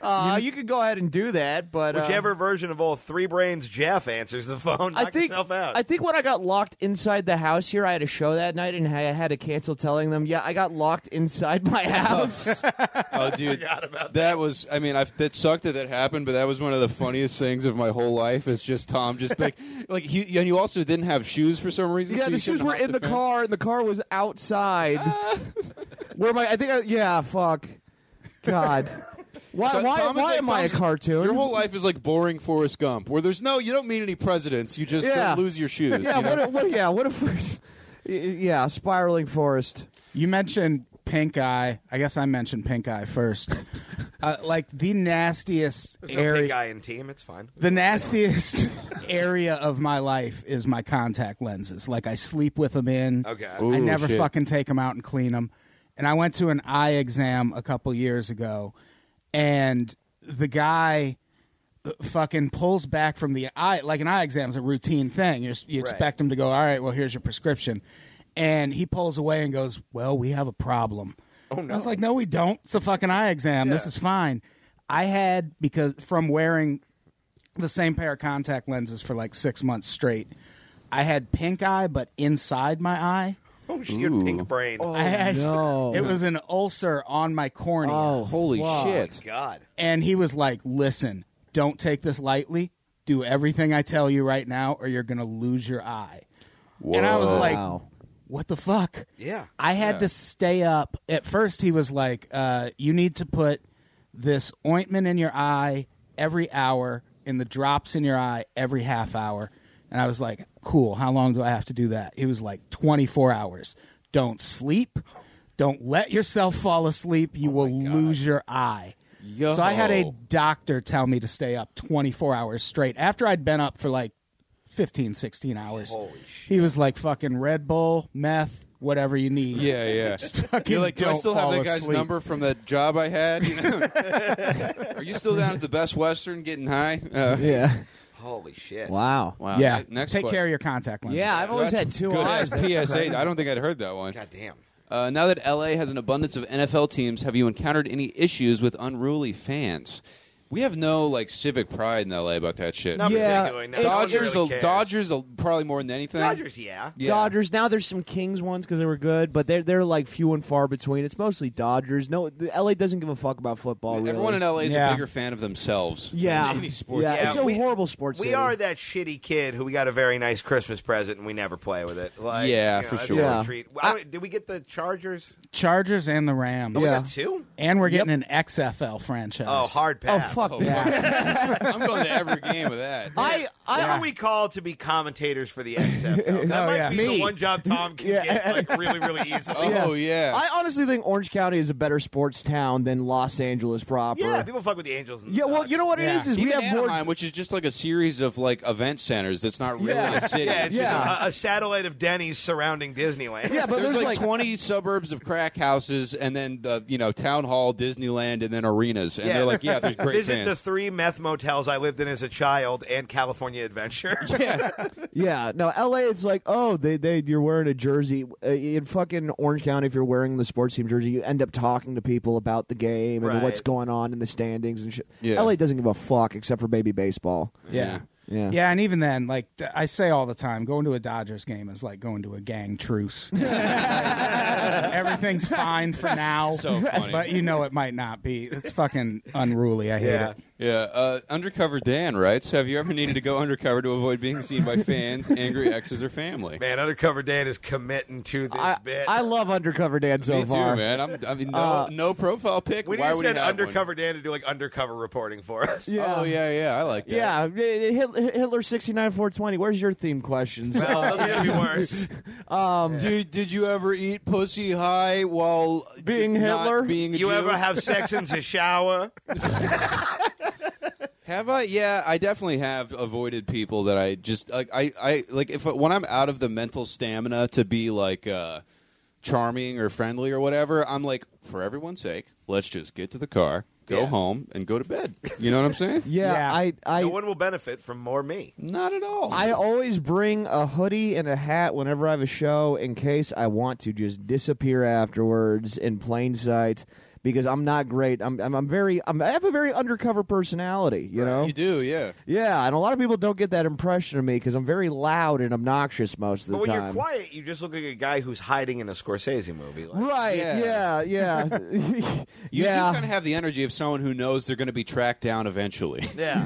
uh, you could go ahead and do that. But uh, Whichever version of old Three Brains Jeff answers the phone, knock I think yourself out. I think when I got locked inside the house here, I had a show that night and I had to cancel, telling them, yeah, I got locked inside my house. Oh, dude, forgot about that was. I mean, I, that sucked that that happened, but that was one of the funniest things of my whole life. Is just Tom, just like, like he, and you also didn't have shoes for some reason. yeah, so the you shoes couldn't were hop in the fence. car and the car was outside. Where my I? I think I, yeah, fuck, God, why But why Tom is why like- am I a Tom's- cartoon? Your whole life is like boring Forrest Gump, where there's no, you don't meet any presidents. You just Yeah. uh, lose your shoes. yeah, you know? what, if- what? Yeah, what if? Yeah, spiraling forest. You mentioned pink eye. I guess I mentioned pink eye first. uh, like the nastiest There's no area. pink eye in team. It's fine. The nastiest area of my life is my contact lenses. Like I sleep with them in. Okay. Ooh, I never shit. fucking take them out and clean them. And I went to an eye exam a couple years ago, and the guy uh, fucking pulls back from the eye. Like an eye exam is a routine thing. You're, you expect him to go, all right, well, here's your prescription. And he pulls away and goes, well, we have a problem. Oh, no. I was like, no, we don't. It's a fucking eye exam. This is fine. I had, because from wearing the same pair of contact lenses for like six months straight. I had pink eye, but inside my eye, Oh, shit, you had pink brain. Oh. I had, no. it was an ulcer on my cornea. Holy shit! God. And he was like, "Listen, don't take this lightly. Do everything I tell you right now, or you're gonna lose your eye." And I was like, Wow. "What the fuck?" Yeah. I had to stay up. At first, he was like, uh, "You need to put this ointment in your eye every hour, and the drops in your eye every half hour." And I was like, "Cool. How long do I have to do that?" He was like, "24 hours. Don't sleep. Don't let yourself fall asleep. You will lose your eye." Yo. So I had a doctor tell me to stay up 24 hours straight after I'd been up for like 15, 16 hours. Holy shit. He was like, fucking Red Bull, meth, whatever you need. Yeah, yeah. fucking You're like, do I don't still have fall that guy's asleep." number from that job I had? You know? Are you still down at the Best Western getting high? Uh, Yeah. Holy shit. Wow. wow. Yeah. Next Take question. care of your contact lenses. Yeah, I've always had Oh, two Good eyes. ass PSA. I don't think I'd heard that one. God damn. Uh, now that LA has an abundance of NFL teams, have you encountered any issues with unruly fans? We have no like civic pride in LA about that shit. Not Yeah, particularly. No, Dodgers, really cares. Dodgers, uh, probably more than anything. Dodgers, yeah. Yeah. Dodgers. Now there's some Kings ones because they were good, but they're they're like few and far between. It's mostly Dodgers. No, the LA doesn't give a fuck about football. Really. Everyone in LA is a Yeah. bigger fan of themselves. yeah, than any sports. yeah, fan. it's a we- horrible sports. We city. are that shitty kid who we got a very nice Christmas present and we never play with it. Like, Yeah, you know, for that's sure. what we Yeah. treat. I don't- did we get the Chargers? Chargers and the Rams. We Yeah. got two? And we're getting an XFL franchise. Oh, hard Oh pass. fuck fuck Oh, that. I'm going to every game with that. I, I, What are we called to be commentators for the XFL? That No, might yeah. be Me. the one job Tom can Yeah. get like really, really easily. Oh yeah. I honestly think Orange County is a better sports town than Los Angeles proper. yeah, people fuck with the Angels. And Yeah, well, you know what it Yeah. is is Even we have Anaheim, more. which is just like a series of like event centers that's not really Yeah. a city. Yeah, it's Yeah. just a, a satellite of Denny's surrounding Disneyland. Yeah, but there's, like, like 20 suburbs of crack houses, and then the you know town hall, Disneyland, and then arenas, and they're like, yeah, there's great Visit fans. the three meth motels I lived in as a child and California Adventure. Yeah, no, L.A. It's like, oh, they they you're wearing a jersey uh, in fucking Orange County. If you're wearing the sports team jersey, you end up talking to people about the game and Right. what's going on in the standings and shit. Yeah. L.A. doesn't give a fuck except for baby baseball. Yeah. Yeah. Yeah, and even then, like th- I say all the time, going to a Dodgers game is like going to a gang truce. Everything's fine for now, So funny. but you know it might not be. It's fucking unruly. I hate Yeah. it. Yeah, uh, undercover Dan writes: Have you ever needed to go undercover to avoid being seen by fans, angry exes, or family? Man, Undercover Dan is committing to this I, bit. I love undercover Dan so Me too, far. man. I'm, I mean, no, no profile pic. we need Why to would send he have Undercover Dan to do like undercover reporting for us. One? Yeah. Oh yeah, yeah. I like that. Yeah, Hitler, Hitler sixty nine four twenty. Where's your theme questions? Well, those could be worse. Did, did you ever eat pussy high while Being not Hitler? Being a You Jew? ever have sex in the shower? Have I? Yeah, I definitely have avoided people that I just like. I, I like if when I'm out of the mental stamina to be like uh, charming or friendly or whatever, I'm like, for everyone's sake, let's just get to the car, go Yeah. home, and go to bed. You know what I'm saying? yeah, Yeah. I I No one will benefit from more me. Not at all. I always bring a hoodie and a hat whenever I have a show in case I want to just disappear afterwards in plain sight because I'm not great. I'm I'm, I'm very I'm, I have a very undercover personality, you know. you do, yeah. Yeah, and a lot of people don't get that impression of me because I'm very loud and obnoxious most of the But when time. you're quiet, you just look like a guy who's hiding in a Scorsese movie. Like, Right? Yeah. Yeah, yeah, yeah. You just kind of have the energy of someone who knows they're going to be tracked down eventually. Yeah.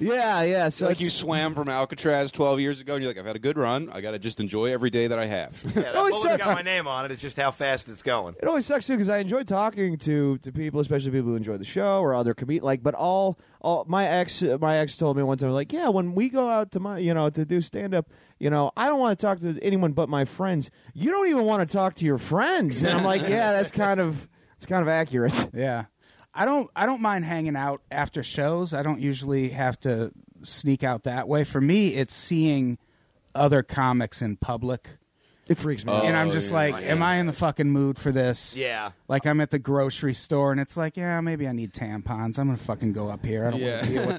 yeah, yeah. So like you it's- swam from Alcatraz 12 years ago, and you're like, I've had a good run. I got to just enjoy every day that I have. yeah Oh, it that's got sucks. my name on it. It's just how fast it's going. it always sucks too because I enjoy talking to to people, especially people who enjoy the show or other comedians. Like, but all all my ex my ex told me one time like, yeah, when we go out to my you know to do stand up, you know, I don't want to talk to anyone but my friends. You don't even want to talk to your friends, and I'm like, yeah, that's kind of it's kind of accurate. Yeah. I don't I don't mind hanging out after shows. I don't usually have to sneak out that way. For me, it's seeing other comics in public. It freaks Oh. me. out. and I'm just yeah. like, am I in the fucking mood for this? Yeah. Like I'm at the grocery store and it's like, yeah, maybe I need tampons. I'm gonna fucking go up here. I don't want to deal with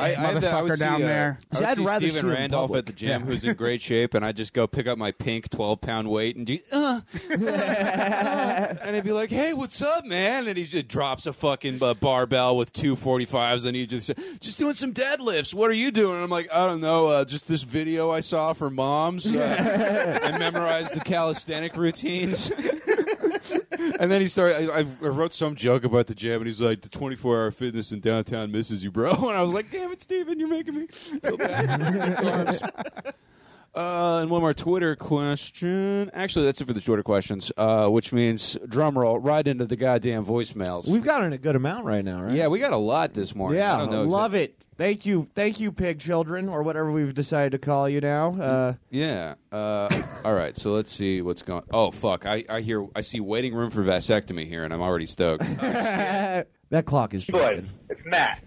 I, I have that- I would motherfucker down see, uh, there. I See, would I'd see rather Steven see it in Randolph public. at the gym, who's in great shape, and I just go pick up my pink twelve pound weight and do, uh, uh, and he'd be like, "Hey, what's up, man?" And he just drops a fucking uh, barbell with two forty fives, and he just just doing some deadlifts. What are you doing? And I'm like, I don't know, uh, just this video I saw for moms. Uh, I memorized the calisthenic routines. And then he started. I, I wrote some joke about the gym, and he's like, "The 24-hour fitness in downtown misses you, bro." And I was like, "Damn it, Steven, you're making me feel bad." uh, and one more Twitter question. Actually, that's it for the Twitter questions, uh, which means drum roll right into the goddamn voicemails. We've gotten a good amount right now, right? yeah, we got a lot this morning. Yeah, I don't know love it. Thank you, thank you, pig children, or whatever we've decided to call you now. Uh, Yeah. Uh, all right. So let's see what's going. Oh fuck! I, I hear I see waiting room for vasectomy here, and I'm already stoked. Uh, that clock is Good. It's Matt.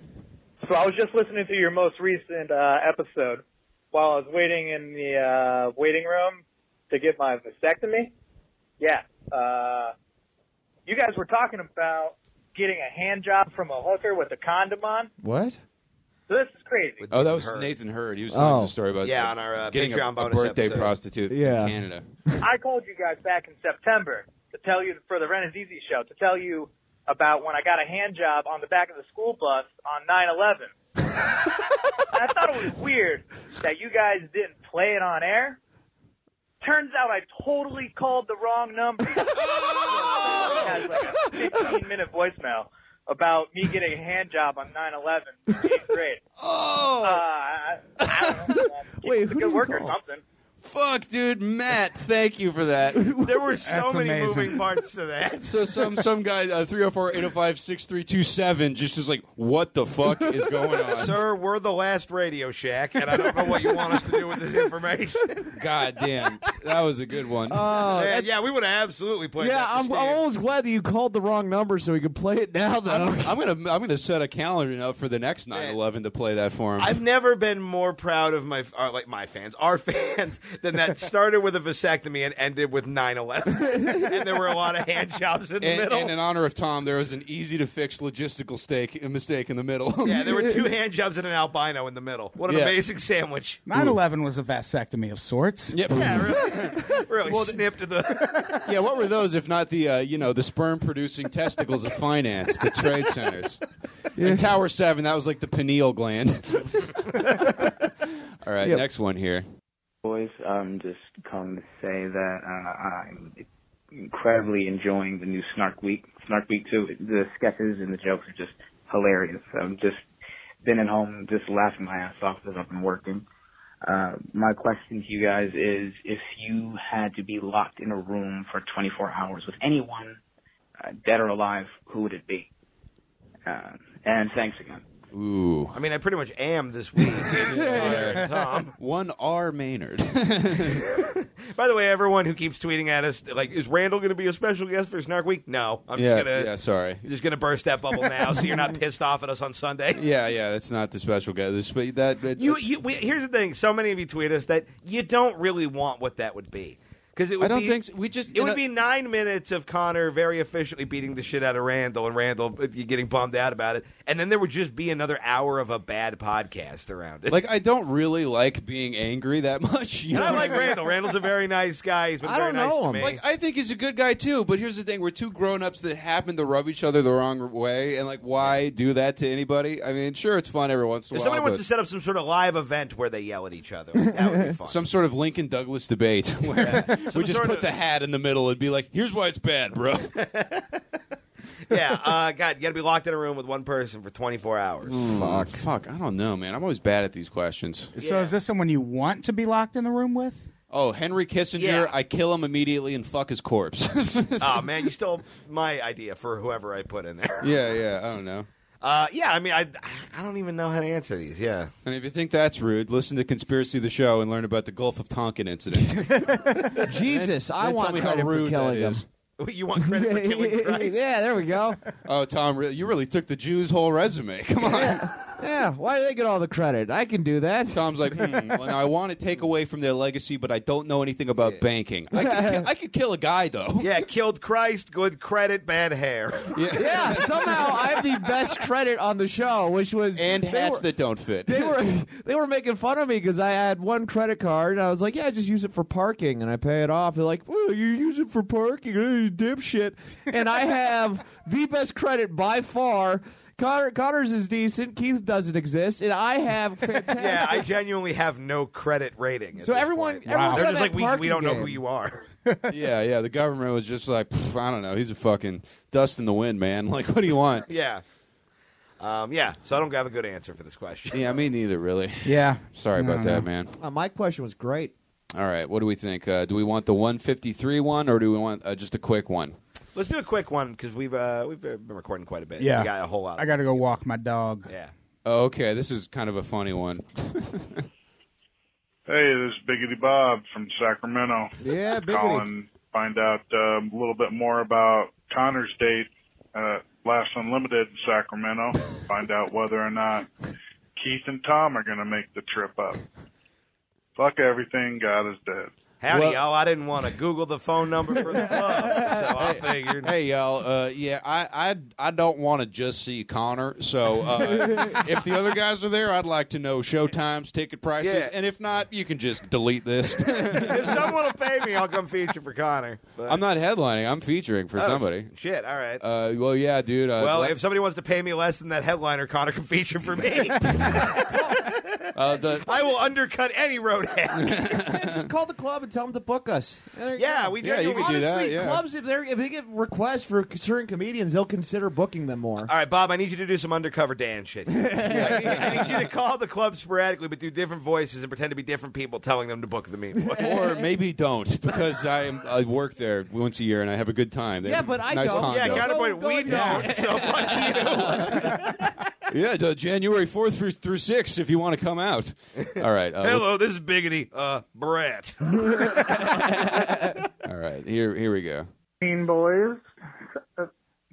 So I was just listening to your most recent uh, episode while I was waiting in the uh, waiting room to get my vasectomy. Yeah. Uh, you guys were talking about getting a hand job from a hooker with a condom on. What? So this is crazy. With Oh, that was her. Nathan Hurd. He was telling us Oh. a story about Yeah, uh, on our, uh, getting a- Patreon a, bonus birthday episode. prostitute Yeah. in Canada. I called you guys back in September to tell you for the Ren is Easy show to tell you about when I got a hand job on the back of the school bus on 9/11. I thought it was weird that you guys didn't play it on air. Turns out I totally called the wrong number. It has like a 15 minute voicemail about me getting a hand job on 9/11 in eighth grade. Oh, uh, I, I don't know. man. Keep Wait, up who the good do you work or call? something. fuck, dude, Matt, thank you for that. There were so That's many amazing. moving parts to that. So some some guy uh, 304-805-6327 just is like, what the fuck is going on? Sir, we're the last Radio Shack, and I don't know what you want us to do with this information. God damn, that was a good one. Uh, Man, yeah, we would have absolutely played. Oh, Yeah, that to I'm, Steve. I'm almost glad that you called the wrong number so we could play it now, though. I'm gonna I'm gonna set a calendar up for the next 9/11 to play that for him. I've never been more proud of my uh, like my fans, our fans, than that started with a vasectomy and ended with 9-11. and there were a lot of hand jobs in the and, middle. and in honor of Tom, there was an easy to fix logistical stake, mistake in the middle. yeah, there were two hand jobs and an albino in the middle. What an Yeah. amazing sandwich! 9/11 was a vasectomy of sorts. Yep. Yeah, really, really snipped to the. Yeah, what were those if not the uh, you know the sperm producing testicles of finance, the trade centers, and Tower Seven? That was like the pineal gland. All right, Yep. next one here. boys. Um, just calling to say that uh, I'm incredibly enjoying the new Snark Week. Snark Week too. The sketches and the jokes are just hilarious. I'm just been at home just laughing my ass off because I've been working. Uh, my question to you guys is: If you had to be locked in a room for 24 hours with anyone, uh, dead or alive, who would it be? Uh, and thanks again. Ooh, I mean, I pretty much am this week. Tom. one R Maynard. By the way, everyone who keeps tweeting at us, like, is Randall going to be a special guest for Snark Week? No, I'm yeah, just gonna yeah. Sorry. I'm just gonna burst that bubble now, so you're not pissed off at us on Sunday. Yeah, yeah. That's not the special guy. This, but that it- You, you we, here's the thing. So many of you tweet us that you don't really want what that would be because it would I don't be, think so. we just It would you be know- nine minutes of Connor very efficiently beating the shit out of Randall and Randall uh, getting bummed out about it, and then there would just be another hour of a bad podcast around it. like I don't really like being angry that much. You and know I what like mean? Randall. Randall's a very nice guy. He's been I very don't nice know to him. me. Like I think he's a good guy too, but here's the thing: we're two grown-ups that happen to rub each other the wrong way, and like, why do that to anybody? I mean, sure, it's fun every once in a if while. somebody wants but to set up some sort of live event where they yell at each other, like, that would be fun. some sort of Lincoln Douglas debate where we just sort put of- the hat in the middle and be like, "Here's why it's bad, bro." yeah, uh, God, you got to be locked in a room with one person for 24 hours. fuck, fuck, I don't know, man. I'm always bad at these questions. So is this someone you want to be locked in the room with? Oh, Henry Kissinger, Yeah. I kill him immediately and fuck his corpse. oh man, you stole my idea for whoever I put in there. yeah, yeah, I don't know. Uh, yeah, I mean, I I don't even know how to answer these. Yeah, And if you think that's rude, listen to Conspiracy of the Show and learn about the Gulf of Tonkin incident. Jesus, I Then tell want me how credit for rude killing that him. is. Wait, you want credit for killing Christ? yeah, there we go. Oh, Tom, re- you really took the Jews' whole resume. Come on. Yeah, why do they get all the credit? I can do that. Tom's like, hmm, well, now I want to take away from their legacy, but I don't know anything about banking. I could, kill, I could kill a guy, though. Yeah, killed Christ. Good credit, bad hair. Yeah, somehow I have the best credit on the show, which was And they hats were- that don't fit. They were they were making fun of me because I had one credit card and I was like, yeah, I just use it for parking and I pay it off. They're like, well, you use it for parking, oh, you dipshit. And I have the best credit by far. Connor, Connor's is decent. Keith doesn't exist, and I have fantastic. Yeah, I genuinely have no credit rating. at So this everyone- point. everyone they're try that just like we, we parking don't know game. who you are. yeah, yeah. The government was just like, "Pff, I don't know. He's a fucking dust in the wind, man. Like, what do you want? yeah, um, yeah. So I don't have a good answer for this question. Yeah, me neither, really. Yeah. Sorry about that, man. Uh, my question was great. All right, what do we think? Uh, do we want the 153 one, or do we want uh, just a quick one? Let's do a quick one because we've uh, we've uh, been recording quite a bit. Yeah. we got a whole lot. I got to go walk my dog. yeah. Oh, okay, this is kind of a funny one. Hey, this is Biggity Bob from Sacramento. Yeah, biggity. Calling, find out um, a little bit more about Connor's date at Last Unlimited in Sacramento. find out whether or not Keith and Tom are going to make the trip up. Fuck everything. God is dead. Howdy, Well- y'all. I didn't want to Google the phone number for the club, so I figured. Hey y'all, uh, yeah, I I, I don't want to just see Connor. So uh, if the other guys are there, I'd like to know show times, ticket prices, Yeah. and if not, you can just delete this. if someone will pay me, I'll come feature for Connor. But, I'm not headlining; I'm featuring for Oh, somebody. Shit. All right. Uh, well, yeah, dude. Uh, well, Black- if somebody wants to pay me less than that headliner, Connor can feature for me. uh, the uh, I will undercut any road hack. Yeah, just call the club and tell them to book us. There you Yeah, go. we Yeah, you genuinely- could do Honestly, that, yeah. clubs if they if they get requests for certain comedians, they'll consider booking them more. Uh, All right, Bob, I need you to do some undercover Dan shit. I, need, I need you to call the club sporadically, but do different voices and pretend to be different people telling them to book the meet. or maybe don't because I am, I work there once a year and I have a good time. They Yeah, have a but I nice don't. condo. yeah, Go- counterpoint, go- we go- don't, so fuck you. Yeah, the January fourth through, through sixth if you want to come out. All right, uh, Hello, this is Biggity, uh, Brett. all right. Here here we go. Mean Boys. Uh,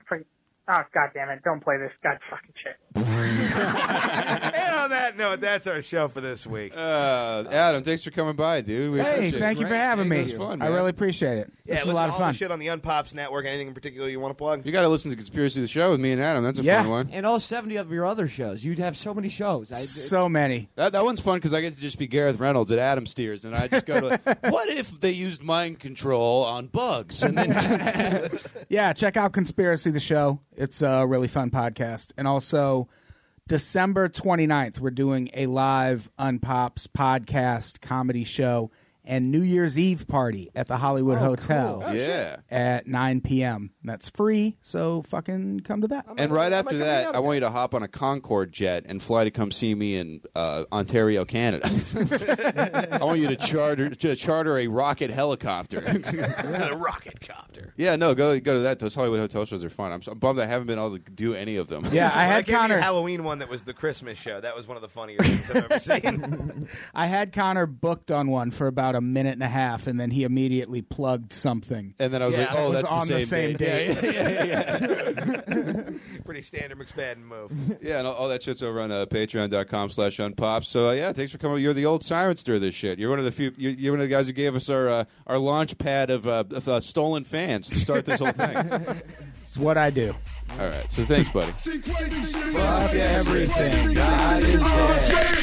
freak- Oh, God damn it. Don't play this. God fucking shit. and on that note, that's our show for this week. Uh, Adam, thanks for coming by, dude. We Hey, appreciate it. thank you for having Hey, me. it was fun, I man. really appreciate it. yeah, it's listen a to lot of all fun. the shit on the Unpops Network. Anything in particular you want to plug? You got to listen to Conspiracy of the Show with me and Adam. That's a Yeah. fun one. And all seventy of your other shows, you'd have so many shows. I, So many. That, that one's fun because I get to just be Gareth Reynolds at Adam Steers, and I just go to like, what if they used mind control on bugs? And then Yeah, check out Conspiracy the Show. It's a really fun podcast. And also, December 29th, we're doing a live Unpops podcast comedy show and New Year's Eve party at the Hollywood Hotel yeah. at 9 p.m. That's free, so fucking come to that. And right after that, I want you to hop on a Concorde jet and fly to come see me in uh, Ontario, Canada. I want you to charter to charter a rocket helicopter. the rocket copter. yeah, no, go go to that. Those Hollywood hotel shows are fun. I'm, so- I'm bummed I haven't been able to do any of them. Yeah, I I had gave you Connor. a Halloween one that was the Christmas show. That was one of the funnier things I've ever seen. I had Connor booked on one for about a minute and a half, and then he immediately plugged something. And then I was Yeah, like, oh, it was that's on the same day. Yeah, yeah, yeah, yeah. Pretty standard McSpadden move. Yeah, and all, all that shit's over on uh, patreon.com slash unpop. So, uh, yeah, thanks for coming. You're the old sirenster of this shit. You're one of the few, you're, you're one of the guys who gave us our uh, our launch pad of, uh, of uh, stolen fans to start this whole thing. all It's what I do. right, so thanks, buddy. Fuck everything. God is dead.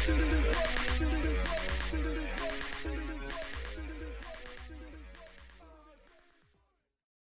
Shit,